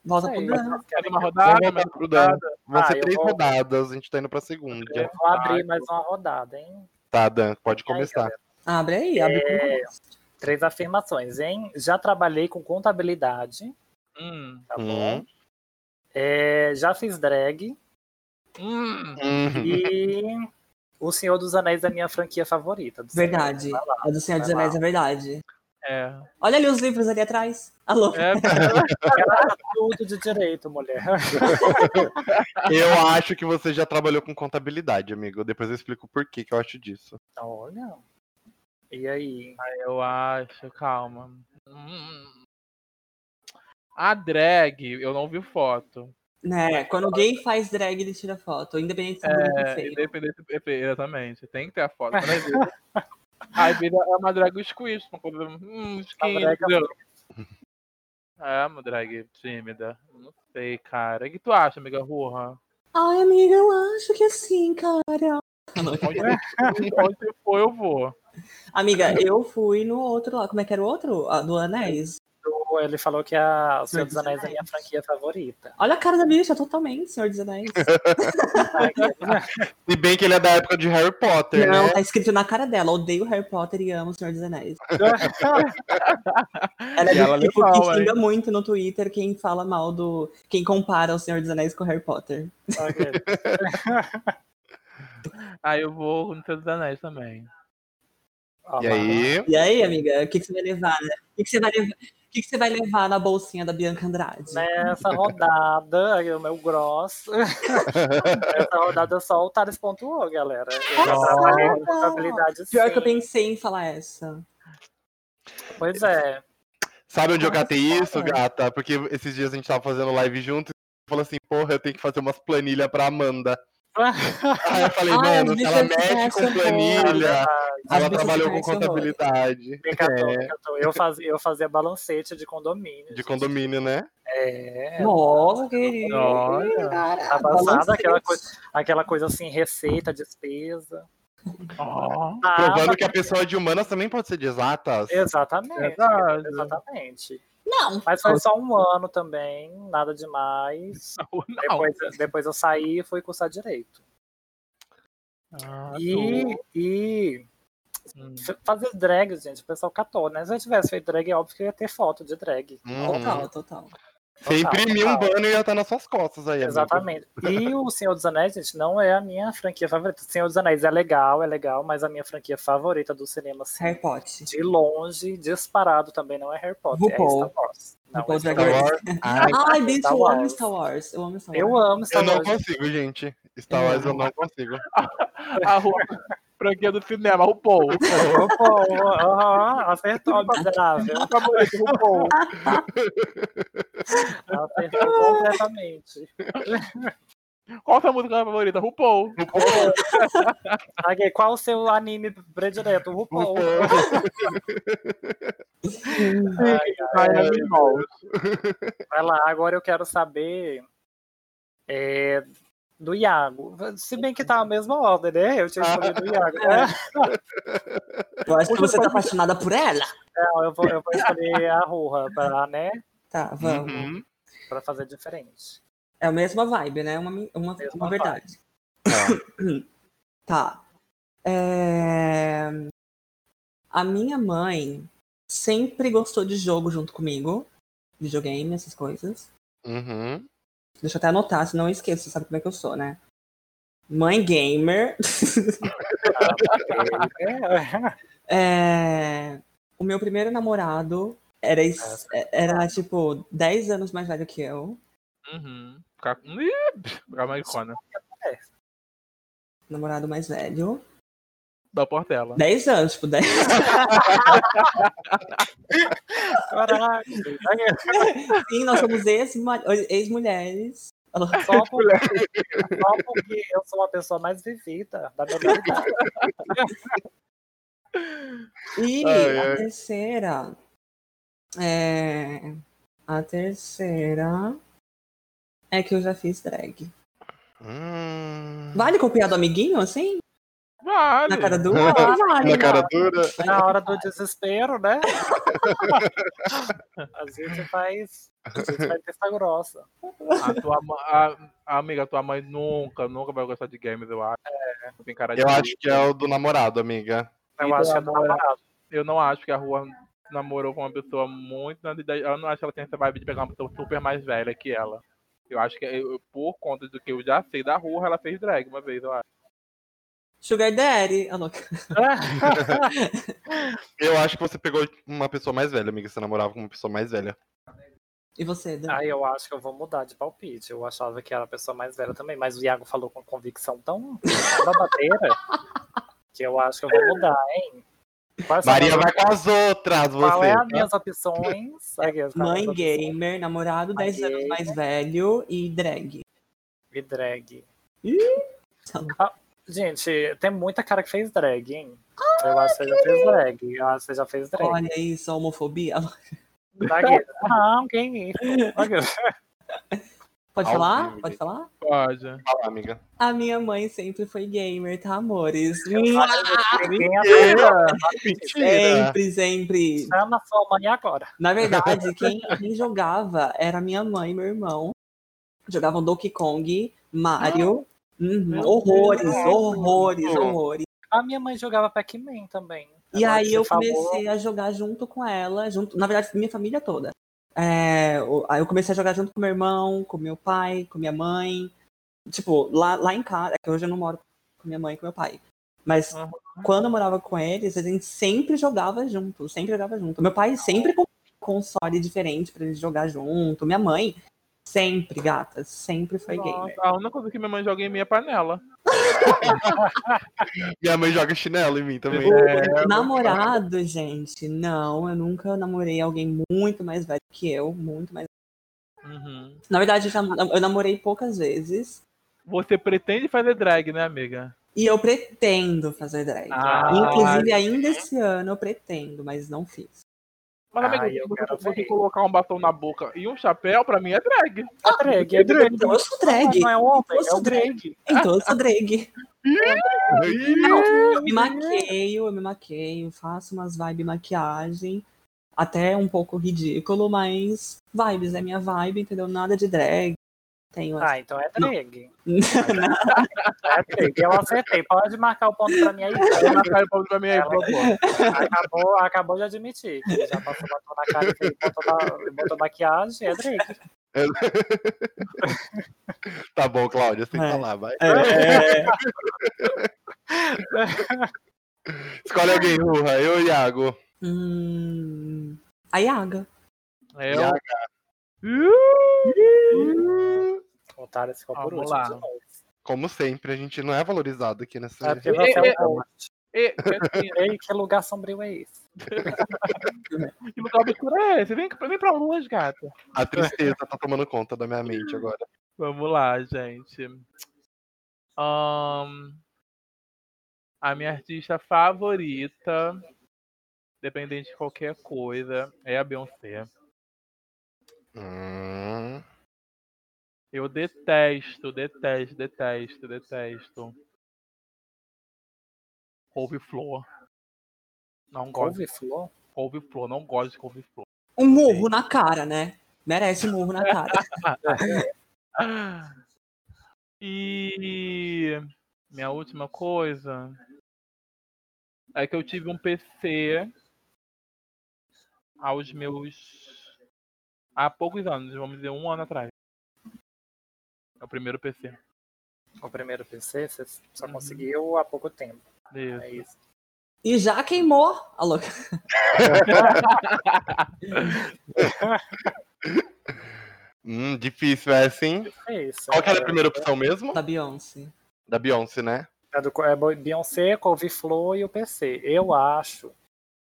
Speaker 4: Volta
Speaker 2: Isso
Speaker 4: pro
Speaker 2: aí.
Speaker 4: Dan.
Speaker 3: Quero uma
Speaker 1: Vamos
Speaker 3: rodada,
Speaker 1: voltar
Speaker 3: mas
Speaker 1: pro Dan. Vão
Speaker 2: Ah,
Speaker 1: ser
Speaker 2: eu
Speaker 1: três
Speaker 2: vou-
Speaker 1: rodadas, a gente tá indo pra segunda.
Speaker 2: Eu vou abrir mais uma rodada, hein?
Speaker 1: Tá, Dan, pode
Speaker 2: E aí,
Speaker 1: começar.
Speaker 2: galera?
Speaker 4: Abre aí, abre
Speaker 2: É.
Speaker 4: com
Speaker 2: Três afirmações, hein? Já trabalhei com contabilidade,
Speaker 3: Hum,
Speaker 2: tá
Speaker 1: Hum.
Speaker 2: bom? É, já fiz drag
Speaker 3: hum.
Speaker 1: Uhum.
Speaker 2: e O Senhor dos Anéis é a minha franquia favorita. do
Speaker 4: Verdade.
Speaker 2: Senhor. Vai lá.
Speaker 4: A do Senhor dos
Speaker 2: Vai lá.
Speaker 4: Anéis é verdade.
Speaker 3: É.
Speaker 4: Olha ali os livros ali atrás. Alô.
Speaker 3: É,
Speaker 2: Ela é tudo de direito, mulher.
Speaker 1: Eu acho que você já trabalhou com contabilidade, amigo. Depois eu explico por que que eu acho disso.
Speaker 2: Tá, Olha. E aí?
Speaker 3: eu acho, calma. Hum. A drag, eu não vi foto.
Speaker 4: Né? Quando alguém faz drag, ele tira foto. Independente se é bonito ou
Speaker 3: É,
Speaker 4: feio.
Speaker 3: independente, exatamente. Tem que ter a foto. Quando é vida- Aí vira é uma drag squish, uma coisa. Hum,
Speaker 2: drag
Speaker 3: esquisita. É, uma drag tímida. Não sei, cara. O que tu acha, amiga Rurra?
Speaker 4: Ai, amiga, eu acho que assim, cara. Alô.
Speaker 3: Onde, onde for, eu vou.
Speaker 4: Amiga, eu fui no outro lá. Como é que era o outro? Ah, do Anéis.
Speaker 2: Ele falou que a O Senhor dos
Speaker 4: Senhor dos
Speaker 2: Anéis é a minha franquia favorita.
Speaker 4: Olha a cara da bicha, totalmente, Senhor dos Anéis.
Speaker 1: É. Se bem que ele é da época de Harry Potter,
Speaker 4: Não,
Speaker 1: né?
Speaker 4: tá escrito na cara dela. Odeio Harry Potter e amo o Senhor dos Anéis. Ela é
Speaker 3: E
Speaker 4: do
Speaker 3: ela
Speaker 4: tipo
Speaker 3: leu mal,
Speaker 4: que xinga
Speaker 1: né?
Speaker 4: muito no Twitter quem fala mal do. quem compara o Senhor dos Anéis com Harry Potter.
Speaker 2: Ok.
Speaker 3: Aí eu vou no Senhor dos Anéis também.
Speaker 2: Ó,
Speaker 1: E aí?
Speaker 4: E aí, amiga, o que, que você vai levar, né? O que, que você vai levar? O que, que você vai levar na bolsinha da Bianca Andrade?
Speaker 2: Né? Nessa rodada, aí o meu gross. Nessa rodada só o Thales pontuou, galera. Eu já
Speaker 3: Nossa!
Speaker 2: trabalhei com contabilidade sim.
Speaker 4: Pior que eu pensei em falar essa.
Speaker 2: Pois é.
Speaker 1: Sabe onde eu catei isso,
Speaker 4: Nossa.
Speaker 1: gata? Porque esses dias a gente tava fazendo live junto e você falou assim, porra, eu tenho que fazer umas planilhas pra Amanda. Aí eu falei,
Speaker 4: Ah,
Speaker 1: mano,
Speaker 4: as
Speaker 1: se ela
Speaker 4: bichas
Speaker 1: mexe
Speaker 4: começam
Speaker 1: com planilha,
Speaker 4: As
Speaker 1: ela
Speaker 4: bichas
Speaker 1: trabalhou com
Speaker 4: começam
Speaker 1: contabilidade
Speaker 2: Decatou,
Speaker 1: É.
Speaker 2: decatou. Eu, faz, eu fazia balancete de condomínio.
Speaker 1: de condomínio, né?
Speaker 2: É.
Speaker 4: Nossa, querida.
Speaker 3: Olha.
Speaker 4: cara,
Speaker 2: Avançada, Tá aquela
Speaker 4: balancete.
Speaker 2: coisa, aquela coisa assim, receita, despesa.
Speaker 3: Ó,
Speaker 4: Ah,
Speaker 1: Provando
Speaker 2: Tava-
Speaker 1: que a pessoa de humanas também pode ser de exatas.
Speaker 2: Exatamente.
Speaker 3: verdade.
Speaker 2: Exatamente.
Speaker 4: Não.
Speaker 2: Mas foi só um ano também, nada demais.
Speaker 3: Não, não.
Speaker 2: Depois, depois eu saí e fui cursar direito.
Speaker 3: Ah,
Speaker 2: E, e
Speaker 3: tu- hum.
Speaker 2: f- fazer drag, gente, o pessoal catou, né? Se eu tivesse feito drag, é óbvio que eu ia ter foto de drag.
Speaker 1: Uhum.
Speaker 4: Total, total.
Speaker 1: Você imprimir um
Speaker 2: total.
Speaker 1: banner e ia estar nas suas costas aí, amigo.
Speaker 2: Exatamente. E o Senhor dos Anéis, gente, não é a minha franquia favorita. O Senhor dos Anéis é legal, é legal, mas a minha franquia favorita do cinema, assim,
Speaker 4: Harry Potter.
Speaker 2: de longe, disparado também, não é Harry Potter,
Speaker 4: RuPaul.
Speaker 2: é Star Wars. Não,
Speaker 4: RuPaul
Speaker 2: é Star
Speaker 4: Drag
Speaker 1: Star
Speaker 2: Wars.
Speaker 1: Wars. Ai,
Speaker 4: Ai, bicho,
Speaker 2: Star
Speaker 4: eu amo
Speaker 2: Wars.
Speaker 4: Star Wars. Eu amo Star Wars.
Speaker 2: Eu amo Star
Speaker 1: eu não
Speaker 2: Wars.
Speaker 1: consigo, gente. Star Wars eu não consigo.
Speaker 3: A rua franquia do cinema, RuPaul.
Speaker 2: Opa, aham, acertou a miserável.
Speaker 4: Tá
Speaker 3: Favorito, RuPaul.
Speaker 2: Acertou completamente.
Speaker 3: Qual sua música favorita? RuPaul.
Speaker 2: Ok, qual o seu anime predileto? RuPaul.
Speaker 3: Ai, é mal.
Speaker 2: Vai lá, agora eu quero saber é, do Iago. Se bem que tá a mesma ordem, né? Eu tinha escolhido o Iago. né?
Speaker 4: É. Eu acho que você tá apaixonada por ela.
Speaker 2: Não, eu vou, eu vou escolher a Rurra pra, né,
Speaker 4: Tá, vamos.
Speaker 1: Uhum.
Speaker 2: pra fazer diferente.
Speaker 4: É a mesma vibe, né? Uma, uma,
Speaker 2: Mesma
Speaker 4: uma verdade.
Speaker 1: Tá.
Speaker 4: Tá. É, A minha mãe sempre gostou de jogo junto comigo. Videogame, essas coisas.
Speaker 1: Uhum.
Speaker 4: Deixa eu até anotar, senão eu esqueço. Você sabe como é que eu sou, né? Mãe gamer.
Speaker 2: Tá, ok. É.
Speaker 4: É, O meu primeiro namorado era,
Speaker 1: Ah,
Speaker 4: es- é, era tipo 10 anos mais velho que eu.
Speaker 3: Uhum. Ficar com. Ih, ficar maricona.
Speaker 4: Namorado mais velho.
Speaker 3: Da
Speaker 1: Ah.
Speaker 3: Portela.
Speaker 4: 10 anos, tipo, 10
Speaker 2: Caraca.
Speaker 4: Sim, nós somos ex-ma- ex-mulheres.
Speaker 2: Só porque, só porque eu sou uma pessoa mais vivida da minha idade.
Speaker 4: E
Speaker 1: Ai,
Speaker 4: a
Speaker 1: ai.
Speaker 4: terceira. É... A terceira é que eu já fiz drag.
Speaker 1: Hum...
Speaker 4: Vale copiar do amiguinho, assim?
Speaker 3: Vale.
Speaker 4: Na cara do Ah, vale,
Speaker 1: Na cara dura.
Speaker 2: Na hora do desespero, né? a gente faz. A gente faz testa grossa.
Speaker 3: A tua ma- a- amiga, tua mãe nunca, nunca vai gostar de games, eu acho. Tem cara de-
Speaker 1: Eu acho que é o do namorado, amiga.
Speaker 2: Eu
Speaker 3: E
Speaker 2: acho
Speaker 3: do
Speaker 2: que é do
Speaker 3: namorado?
Speaker 2: namorado.
Speaker 3: Eu não acho que a rua namorou com uma pessoa muito. na idade- Eu não acho que ela tem essa vibe de pegar uma pessoa super mais velha que ela. Eu acho que eu- por conta do que eu já sei da rua, ela fez drag uma vez, eu acho.
Speaker 4: Sugar Daddy. Ah, não.
Speaker 1: Eu acho que você pegou uma pessoa mais velha, amiga. Você namorava com uma pessoa mais velha.
Speaker 4: E você, Dan?
Speaker 2: Aí eu acho que eu vou mudar de palpite. Eu achava que era a pessoa mais velha também, mas o Iago falou com convicção tão tão babadeira que eu acho que eu vou mudar, hein? Quais são
Speaker 1: Maria
Speaker 2: as-
Speaker 1: vai com as outras,
Speaker 2: Qual
Speaker 1: você. tá?
Speaker 2: é as minhas opções? Aqui, as
Speaker 4: Mãe
Speaker 2: minhas opções.
Speaker 4: gamer, namorado
Speaker 2: Mãe
Speaker 4: 10 anos
Speaker 2: gamer.
Speaker 4: mais velho e drag.
Speaker 2: E drag. Ah,
Speaker 4: Ih! tá
Speaker 2: Gente, tem muita cara que fez drag, hein? eu acho que você já fez drag. Eu acho que você já fez drag.
Speaker 4: Ah, Olha isso, a homofobia.
Speaker 2: Zagueiro. Não, quem é? Zagueiro.
Speaker 4: Pode
Speaker 1: Ao
Speaker 4: falar?
Speaker 1: vivo,
Speaker 4: Pode
Speaker 1: gente.
Speaker 4: falar?
Speaker 3: Pode.
Speaker 1: Fala, amiga.
Speaker 4: A minha mãe sempre foi gamer, tá, amores?
Speaker 2: Ninguém né?
Speaker 1: Mentira.
Speaker 4: Sempre, sempre.
Speaker 2: Chama sua mãe agora.
Speaker 4: Na verdade, quem, quem jogava era minha mãe e meu irmão. Jogavam Donkey Kong, Mario. Uhum,
Speaker 3: Meu
Speaker 4: horrores,
Speaker 2: Ah, Deus.
Speaker 4: horrores,
Speaker 1: Hum.
Speaker 4: horrores.
Speaker 2: A minha mãe jogava Pac-Man também.
Speaker 4: E
Speaker 2: Agora
Speaker 4: aí
Speaker 2: que
Speaker 4: eu
Speaker 2: você falou,
Speaker 4: comecei a jogar junto com ela, junto, na verdade, minha família toda. É, o- aí eu comecei a jogar junto com meu irmão, com meu pai, com minha mãe. Tipo, lá, lá em casa, é que hoje eu não moro com minha mãe e com meu pai. Mas
Speaker 3: Uhum.
Speaker 4: quando eu morava com eles, a gente sempre jogava junto, sempre jogava junto. Meu pai sempre comprou um console diferente pra gente jogar junto. Minha mãe, sempre, gata, sempre foi gamer.
Speaker 3: Nossa, a única coisa que minha mãe joga em minha panela.
Speaker 1: Minha mãe joga chinelo em mim também.
Speaker 3: É,
Speaker 4: Namorado, gente, não, eu nunca namorei alguém muito mais velho que eu, muito mais
Speaker 3: uhum.
Speaker 4: Na verdade, eu, já- eu namorei poucas vezes.
Speaker 3: Você pretende fazer drag, né, amiga?
Speaker 4: E eu pretendo fazer drag.
Speaker 2: Ah,
Speaker 4: Inclusive, ainda esse ano eu pretendo, mas não fiz.
Speaker 3: Mas, amiga,
Speaker 2: Ai, eu
Speaker 3: você,
Speaker 2: quero
Speaker 3: você
Speaker 2: ver.
Speaker 3: colocar um batom na boca e um chapéu, pra mim é drag.
Speaker 2: É drag, é drag.
Speaker 4: Então eu sou drag.
Speaker 2: Não é um homem, é
Speaker 4: Sou
Speaker 2: um drag.
Speaker 4: Então eu sou drag.
Speaker 1: Ih,
Speaker 4: Eu me maqueio, eu me maqueio, faço umas vibe maquiagem. Até um pouco ridículo, mas vibes, é minha vibe, entendeu? Nada de drag. Tenho essa.
Speaker 2: Ah, então é drag. É drag, eu acertei. Pode marcar o ponto pra mim aí.
Speaker 3: Eu não saio pra- pra mim aí,
Speaker 2: Ela-
Speaker 3: por favor.
Speaker 2: É, Acabou, acabou de admitir. que Já passou batom na cara e botou, na- botou maquiagem, é drag.
Speaker 1: Tá bom, Cláudia, sem
Speaker 4: É.
Speaker 1: falar, vai.
Speaker 4: É,
Speaker 1: Escolhe alguém, Rurra. Eu e Iago.
Speaker 4: hum, a Yaga.
Speaker 3: Eu...
Speaker 1: Iaga.
Speaker 2: O Otário ficou por
Speaker 3: Vamos
Speaker 2: último.
Speaker 3: lá.
Speaker 2: de novo.
Speaker 1: Como sempre, a gente não é valorizado aqui
Speaker 2: É
Speaker 1: nessa.
Speaker 2: porque você é
Speaker 3: É, assim, é,
Speaker 2: um homem.
Speaker 3: E- e-
Speaker 2: Ei, que lugar sombrio é esse?
Speaker 3: que lugar obscuro é esse? Vem, vem pra longe, gata.
Speaker 1: A tristeza tá tomando conta da minha mente agora.
Speaker 3: Vamos lá, gente. Ahn, a minha artista favorita, dependente de qualquer coisa, é a Beyoncé.
Speaker 1: Hum.
Speaker 3: Eu detesto, detesto, detesto, detesto. Couve-flor. Não gosto de
Speaker 2: Couve flor?
Speaker 3: couve-flor, não gosto de couve-flor.
Speaker 4: Um murro na cara, né? Merece um murro na cara.
Speaker 3: E minha última coisa é que eu tive um PC aos meus há poucos anos, vamos dizer um ano atrás. É o primeiro PC.
Speaker 2: O primeiro PC, você só
Speaker 3: Uhum.
Speaker 2: conseguiu há pouco tempo.
Speaker 3: Isso.
Speaker 2: É isso.
Speaker 4: E já queimou. Alô.
Speaker 1: Hum, difícil é assim.
Speaker 2: É isso.
Speaker 1: Qual que era
Speaker 2: é,
Speaker 1: a primeira opção mesmo?
Speaker 4: da Beyoncé.
Speaker 1: Da Beyoncé, né?
Speaker 2: é do, é Bo- Beyoncé, Couve-Flor e o PC. Eu acho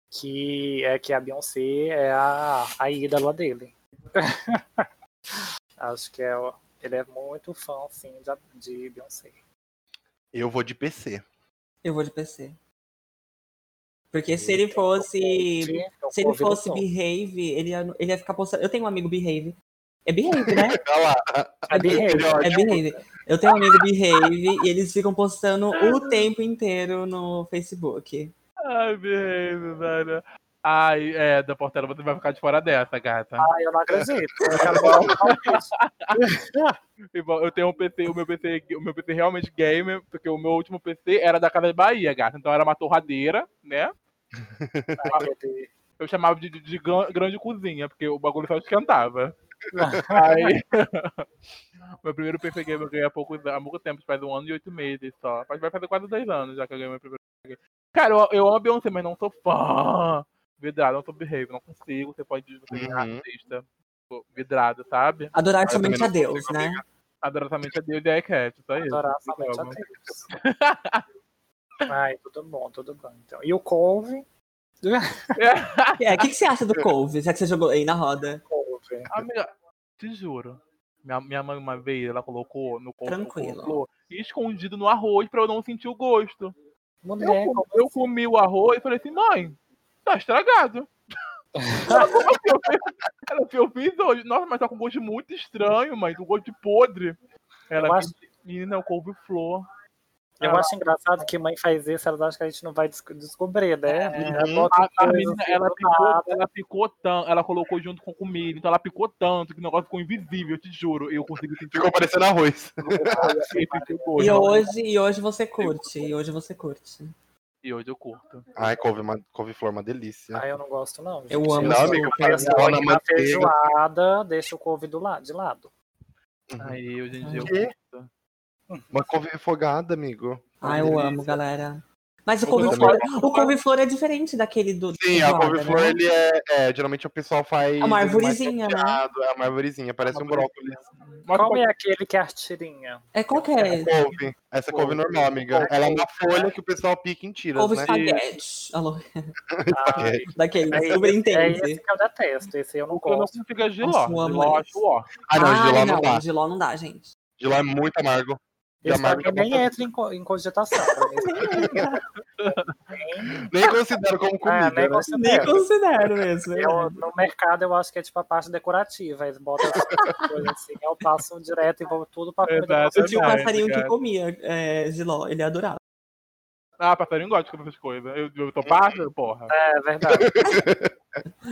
Speaker 2: que é que a Beyoncé é a, a ídola dele. acho que é, o- ele é muito fã, assim, de, de Beyoncé.
Speaker 1: Eu vou de PC.
Speaker 4: Eu vou de PC. Porque se ele fosse.
Speaker 2: Gente, eu
Speaker 4: Se ele
Speaker 2: convido
Speaker 4: fosse
Speaker 2: todos.
Speaker 4: Behave, ele ia, ele ia ficar postando. Eu tenho um amigo Behave. É behave, né?
Speaker 1: Olha lá.
Speaker 2: É behave.
Speaker 4: É behave. Eu tenho um amigo behave e eles ficam postando o tempo inteiro no Facebook.
Speaker 3: Ai, behave, velho. Ai, é, da Portela, você vai ficar de fora dessa, gata.
Speaker 2: Ah, eu não acredito. Eu quero dar um palpite.
Speaker 3: E bom, Eu tenho um PC, o meu PC, o meu PC realmente gamer, porque o meu último PC era da Casa de Bahia, gata. Então era uma torradeira, né?
Speaker 2: Ai, meu Deus.
Speaker 3: Eu chamava de, de- de gran- grande cozinha, porque o bagulho só esquentava. Aí... meu primeiro PC gamer eu ganhei há pouco, há pouco tempo, faz um ano e oito meses só. Mas vai fazer quase dois anos já que eu ganhei meu primeiro PC gamer. Cara, eu, eu amo a Beyoncé, mas não sou fã. Vidrado, não sou behave, não consigo. Você pode dizer uhum.
Speaker 1: Uhum.
Speaker 3: artista. tipo, Vidrado, sabe?
Speaker 4: Adorar
Speaker 1: eu também
Speaker 4: somente
Speaker 1: não
Speaker 4: a Deus,
Speaker 1: consigo,
Speaker 4: né?
Speaker 3: Adoro somente a Deus e a Cat, só isso.
Speaker 2: Adorar somente a
Speaker 3: Amo.
Speaker 2: Deus. Ai, tudo bom, tudo bom. Então. E o couve?
Speaker 4: É, o que, que você acha do couve? Já que você jogou aí na roda.
Speaker 2: Couve.
Speaker 3: Amiga, te juro. Minha, minha mãe uma vez, ela colocou no couve
Speaker 4: Tranquilo.
Speaker 3: colocou escondido no arroz pra eu não sentir o gosto. Eu,
Speaker 2: Mulher,
Speaker 3: com-
Speaker 2: como
Speaker 3: eu comi o arroz e falei assim, mãe, tá estragado. ela, como assim? eu fiz, ela assim, eu fiz hoje. Nossa, mas tá com gosto muito estranho, mãe. Com gosto de podre. Ela,
Speaker 2: Eu acho-
Speaker 3: menina, é o couve-flor.
Speaker 2: Eu acho engraçado que mãe faz isso, elas acham que a gente não vai des- descobrir, né? Ela bota
Speaker 3: A, a
Speaker 2: coisa
Speaker 3: menina,
Speaker 2: assim
Speaker 3: ela
Speaker 2: do
Speaker 3: picou,
Speaker 2: nada.
Speaker 3: ela picou tanto, ela colocou junto com comida, então ela picou tanto que o negócio ficou invisível, eu te juro. Eu consegui sentir
Speaker 1: Ficou parecendo arroz.
Speaker 3: eu senti o gosto.
Speaker 4: E hoje, e hoje você curte, e hoje você curte.
Speaker 3: E hoje eu curto.
Speaker 1: Ai, couve, uma, couve-flor, uma delícia.
Speaker 2: Ah, eu não gosto, não. Gente.
Speaker 4: Eu amo
Speaker 1: Não, amigo,
Speaker 4: super.
Speaker 1: faz
Speaker 2: Pessoal,
Speaker 1: igual
Speaker 2: na
Speaker 1: na assim, manteiga.
Speaker 2: feijoada, deixa o couve do lado, de lado.
Speaker 1: Uhum.
Speaker 3: Aí hoje em dia eu
Speaker 1: Quê?
Speaker 3: curto.
Speaker 1: Uma couve refogada, amigo.
Speaker 4: Ah, eu
Speaker 1: Delícia.
Speaker 4: amo, galera. Mas o
Speaker 3: Eu
Speaker 4: couve-flor,
Speaker 1: também
Speaker 4: o couve-flor é diferente daquele do.
Speaker 1: Sim, a
Speaker 4: feijoada,
Speaker 1: couve-flor,
Speaker 4: né?
Speaker 1: ele é, é, Geralmente o pessoal faz.
Speaker 4: É uma
Speaker 1: mais
Speaker 4: arvorezinha, né?
Speaker 1: salteado, É uma arvorezinha, parece um brócolis.
Speaker 3: Mas
Speaker 2: Qual
Speaker 3: pode-
Speaker 2: é aquele que é as tirinha?
Speaker 4: É qualquer.
Speaker 1: Couve. Essa é couve normal, amiga. Ela é uma folha que o pessoal pica em tiras,
Speaker 4: Couve
Speaker 1: né?
Speaker 4: espaguete. Alô,
Speaker 2: Ah,
Speaker 1: É.
Speaker 4: daquele,
Speaker 2: é, esse-
Speaker 4: super
Speaker 2: é
Speaker 4: entende.
Speaker 2: esse que eu detesto, esse eu não
Speaker 3: eu não
Speaker 2: gosto.
Speaker 3: consigo é giló.
Speaker 4: Nossa, eu amo
Speaker 3: Giló,
Speaker 4: esse.
Speaker 3: acho ó.
Speaker 1: Ah, não, de lá
Speaker 4: Ai,
Speaker 1: não dá.
Speaker 4: de Ló não dá, gente.
Speaker 1: De lá é muito amargo.
Speaker 2: Esse pra
Speaker 1: amargo
Speaker 2: mim
Speaker 1: tá
Speaker 2: nem
Speaker 1: bom.
Speaker 2: entra em, co- em cogitação. pra mim.
Speaker 1: Nem considero como comida.
Speaker 2: É,
Speaker 1: né?
Speaker 2: nem gosto
Speaker 4: Nem
Speaker 2: dela.
Speaker 4: considero mesmo.
Speaker 2: Eu- no mercado eu acho que é tipo a parte decorativa, eles botam essas coisas assim, eu passo direto e vou tudo pra comida.
Speaker 3: Exato.
Speaker 4: Eu tinha um
Speaker 3: Ai,
Speaker 4: passarinho que
Speaker 3: obrigado.
Speaker 4: comia é, Giló, ele adorava.
Speaker 3: Ah, passarinho gosta de comer essas coisas. Eu, eu tô pássaro, porra.
Speaker 2: É verdade.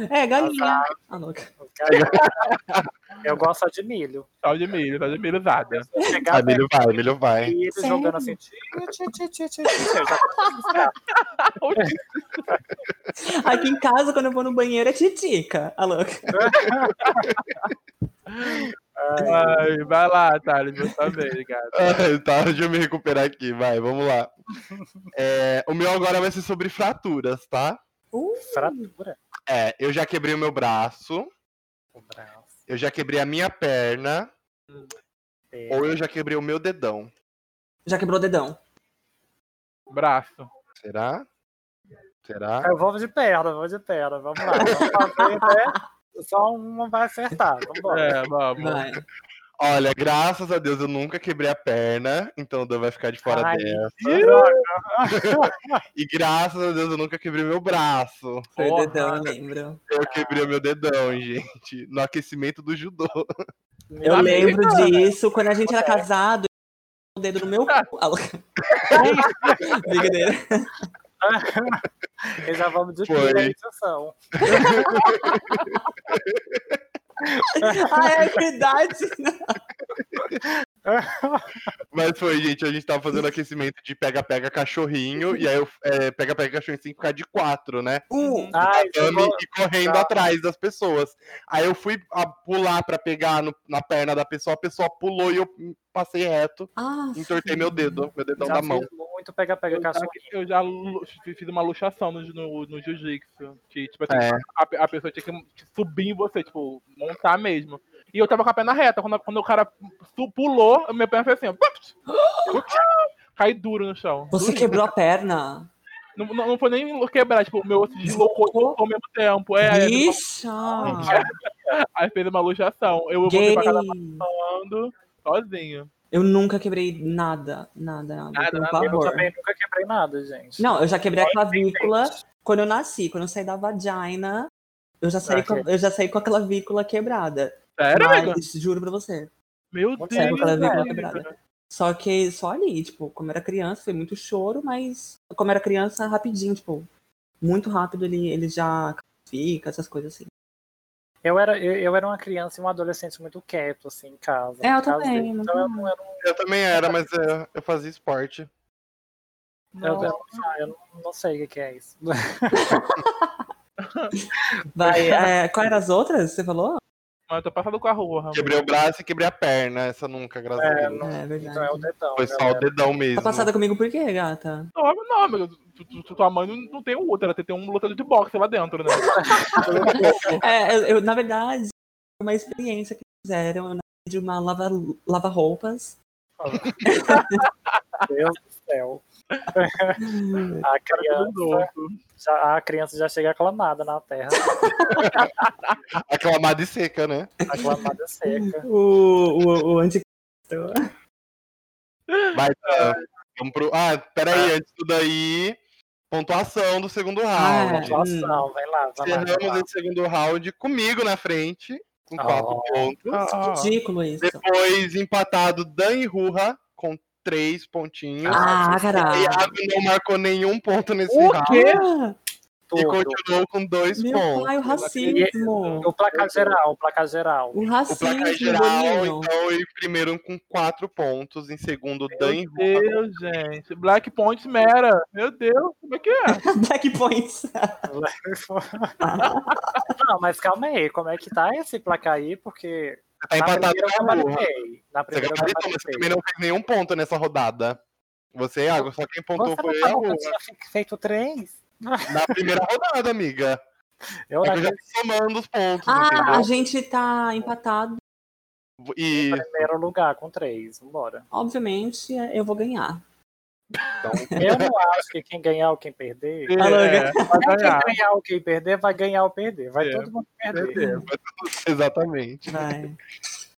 Speaker 4: É, galinha. Ah, louca.
Speaker 2: Eu gosto de milho.
Speaker 3: Sal Tá de milho, sal de milho usada.
Speaker 2: Chegar
Speaker 1: Ah, milho vai, milho vai.
Speaker 2: E ele
Speaker 4: Sério?
Speaker 2: jogando assim. Tchê, tchê, tchê, tchê, tchê, tchê, já
Speaker 4: Aqui em casa, quando eu vou no banheiro, é titica. Ah, louca.
Speaker 3: Ai, vai lá, Thales, eu também, cara.
Speaker 1: Ah, tá, deixa eu me recuperar aqui, vai, vamos lá. É, o meu agora vai ser sobre fraturas, tá?
Speaker 4: Uh,
Speaker 2: fratura
Speaker 1: É, eu já quebrei o meu braço,
Speaker 2: o braço.
Speaker 1: eu já quebrei a minha perna, ou eu já quebrei o meu dedão.
Speaker 4: já quebrou o dedão.
Speaker 3: Braço.
Speaker 1: Será? Será?
Speaker 2: Eu vou de perna, vou de perna. Vamos lá. Vamos fazer, né? Só uma vai acertar. Vambora.
Speaker 3: É, vamos.
Speaker 4: Vai.
Speaker 1: Olha, graças a Deus eu nunca quebrei a perna, então o Dan vai ficar de fora
Speaker 2: Ai.
Speaker 1: dela.
Speaker 2: Droga.
Speaker 1: E graças a Deus eu nunca quebrei meu braço.
Speaker 4: Foi o
Speaker 3: Porra.
Speaker 4: dedão, eu lembro.
Speaker 1: Eu quebrei meu dedão, gente, no aquecimento do judô.
Speaker 4: Eu
Speaker 3: Amiga.
Speaker 4: lembro disso. Quando a gente era casado, eu tinha o dedo no meu cu. Ah, louca. Brincadeira.
Speaker 2: E já vamos de
Speaker 1: Foi.
Speaker 2: finalização.
Speaker 4: Ah, é verdade.
Speaker 1: Mas foi, gente, a gente tava fazendo aquecimento de pega-pega cachorrinho, e aí eu é, pega-pega cachorrinho tem que ficar de quatro, né?
Speaker 4: Uh,
Speaker 2: Ai, eu
Speaker 1: Andando
Speaker 2: vou-
Speaker 1: e correndo
Speaker 2: tá.
Speaker 1: atrás das pessoas. Aí eu fui a- pular pra pegar no- na perna da pessoa, a pessoa pulou e eu passei reto,
Speaker 4: ah,
Speaker 1: entortei meu dedo, meu dedão
Speaker 2: já
Speaker 1: da
Speaker 2: fiz
Speaker 1: mão.
Speaker 2: muito pega-pega
Speaker 3: Eu já,
Speaker 2: cachorrinho.
Speaker 3: eu já lu- fiz uma luxação no, no, no jiu-jitsu. Que, tipo assim,
Speaker 1: É.
Speaker 3: a, a pessoa tinha que subir em você, tipo, montar mesmo. E eu tava com a perna reta. Quando, quando o cara su- pulou, a minha perna fez assim, ó. Ups! Cai duro no chão.
Speaker 4: Você quebrou a perna.
Speaker 3: Não, não, não foi nem quebrar, tipo, o meu osso deslocou ao mesmo tempo. É,
Speaker 4: Bicha!
Speaker 3: aí fez uma luxação. Eu voltei
Speaker 4: ah, Gay!
Speaker 3: pra casa falando sozinho.
Speaker 4: Eu nunca quebrei nada, nada, nada.
Speaker 3: Nada,
Speaker 4: eu tenho
Speaker 3: nada,
Speaker 4: pavor.
Speaker 2: Eu também nunca quebrei nada, gente.
Speaker 4: Não, eu já quebrei a
Speaker 2: Só
Speaker 4: clavícula quando eu nasci. Quando eu saí da vagina, eu já saí,
Speaker 2: Ah,
Speaker 4: com, eu já saí com a clavícula quebrada.
Speaker 3: Sério, amigo?
Speaker 4: Mas, juro pra você.
Speaker 3: Meu
Speaker 2: Muito
Speaker 3: Deus.
Speaker 2: sério,
Speaker 4: cada vez mais
Speaker 3: amiga.
Speaker 4: quebrada. Só que só ali, tipo, como era criança, foi muito choro, mas como era criança, rapidinho, tipo, muito rápido ele, ele já fica, essas coisas assim.
Speaker 2: Eu era, eu, eu era uma criança e um adolescente muito quieto, assim, em casa.
Speaker 4: É, eu
Speaker 2: Em casa
Speaker 4: também,
Speaker 2: dele.
Speaker 4: eu
Speaker 2: Então eu não, eu,
Speaker 1: Eu também era, mas eu, eu fazia esporte.
Speaker 2: não, eu, não- eu não- não sei o que que é isso.
Speaker 4: Vai, é, qual eram as outras? Você falou?
Speaker 3: Mas eu tô passando com a rua, Ramon.
Speaker 1: Quebrei o braço e quebrei a perna. Essa nunca, graças a Deus.
Speaker 4: É verdade.
Speaker 2: Então é o dedão.
Speaker 1: Foi só o
Speaker 2: galera.
Speaker 1: dedão mesmo.
Speaker 4: Tá passada comigo por quê, gata?
Speaker 3: Não, não, amigo. Tu, tu- tu- tua mãe não, não tem um útero, ela tem tem um lutador de boxe lá dentro, né?
Speaker 4: É, eu, eu, na verdade, foi uma experiência que fizeram eu nasci de uma lava- lava-roupas.
Speaker 2: Meu Deus do céu.
Speaker 4: Hum,
Speaker 2: A
Speaker 3: Cara, que
Speaker 2: criança,
Speaker 3: louco.
Speaker 2: já, a criança já chega aclamada na terra.
Speaker 1: Aclamada e seca, né?
Speaker 2: Aclamada seca.
Speaker 4: o, o, o anticristo.
Speaker 1: Vai, tá. Vamos pro... Ah, peraí, antes do daí, pontuação do segundo round.
Speaker 4: Ah,
Speaker 2: Nossa, não, vai lá, vai lá. Vai lá.
Speaker 1: Encerramos esse segundo round comigo na frente, com quatro
Speaker 2: Oh.
Speaker 1: pontos.
Speaker 3: Ah,
Speaker 4: Ridículo isso.
Speaker 1: Depois, empatado, Dan e Ruha, com três pontinhos.
Speaker 4: Ah,
Speaker 1: E
Speaker 4: caralho.
Speaker 1: Iago não marcou nenhum ponto nesse
Speaker 3: O
Speaker 1: round.
Speaker 3: quê?
Speaker 4: Ah,
Speaker 1: E
Speaker 2: Tudo.
Speaker 1: continuou com dois
Speaker 4: meu
Speaker 1: pontos.
Speaker 4: pai, o racismo.
Speaker 2: O placar geral, o placar geral.
Speaker 4: O
Speaker 1: O
Speaker 4: racismo,
Speaker 1: placar geral,
Speaker 4: menino.
Speaker 1: então, em primeiro com quatro pontos, em segundo, Dan e
Speaker 3: Meu
Speaker 1: Ruha.
Speaker 3: Deus, gente. Black Point Mera. Meu Deus, como é que é?
Speaker 4: Black Points.
Speaker 2: Não, mas calma aí, como é que tá esse placar aí? Porque
Speaker 1: Você tá
Speaker 2: na
Speaker 1: empatado
Speaker 2: primeira eu
Speaker 1: com a Ruha.
Speaker 2: gabaritei. Na
Speaker 1: Você
Speaker 2: primeira eu
Speaker 1: gabaritou, mas você também
Speaker 2: gabaritei.
Speaker 1: não fez nenhum ponto nessa rodada. Você, Iago, só quem pontou
Speaker 2: Você
Speaker 1: foi
Speaker 2: não
Speaker 1: a
Speaker 2: falou que
Speaker 1: Ruha.
Speaker 2: eu tinha fe- feito três?
Speaker 1: Na primeira rodada, amiga.
Speaker 2: Eu
Speaker 1: É
Speaker 2: na
Speaker 1: que eu já tô somando os pontos,
Speaker 4: Ah, a
Speaker 1: entendeu?
Speaker 4: gente tá empatado.
Speaker 1: E
Speaker 2: primeiro lugar com três, vambora.
Speaker 4: Obviamente, eu vou ganhar.
Speaker 2: Eu
Speaker 1: tá
Speaker 2: não acho que quem ganhar ou quem perder...
Speaker 3: É,
Speaker 4: Aloga.
Speaker 3: vai ganhar.
Speaker 2: Quem ganhar ou quem perder, vai ganhar ou perder. Vai
Speaker 3: É.
Speaker 2: todo mundo perder.
Speaker 3: Certeza.
Speaker 1: exatamente.
Speaker 4: Vai.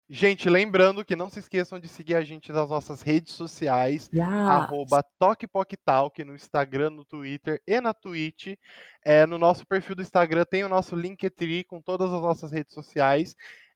Speaker 1: Gente, lembrando que não se esqueçam de seguir a gente nas nossas redes sociais.
Speaker 2: Ah.
Speaker 4: Yeah.
Speaker 1: Arroba TokPokTalk no Instagram, no Twitter e na Twitch. É, no nosso perfil do Instagram tem o nosso Linktree com todas as nossas redes sociais.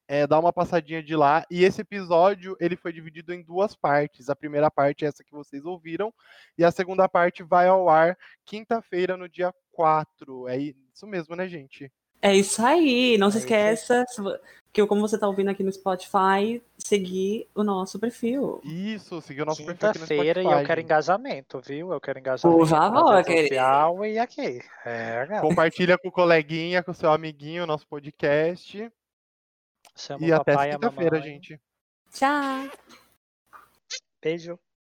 Speaker 1: É, dá uma passadinha de lá. E esse episódio ele foi dividido em duas partes. A primeira parte é essa que vocês ouviram. E a segunda parte vai ao ar quinta-feira, no dia 4. É isso mesmo, né, gente?
Speaker 4: É isso aí. Não se
Speaker 1: É isso aí.
Speaker 4: esqueça se vo- que, como você tá ouvindo aqui no Spotify, seguir o nosso perfil.
Speaker 1: Isso, seguiu o nosso perfil aqui no
Speaker 2: Quinta-feira e eu
Speaker 1: Spotify,
Speaker 2: quero
Speaker 1: gente.
Speaker 2: engajamento, viu? Eu quero engajamento.
Speaker 4: Por favor,
Speaker 2: na rede
Speaker 4: querida.
Speaker 2: social e aqui. É, galera.
Speaker 1: Compartilha com o coleguinha, com o seu amiguinho, o nosso podcast.
Speaker 2: Chama
Speaker 1: E
Speaker 2: o
Speaker 1: até
Speaker 2: papai e a
Speaker 1: quinta-feira,
Speaker 2: mamãe.
Speaker 1: gente.
Speaker 4: Tchau.
Speaker 2: Beijo.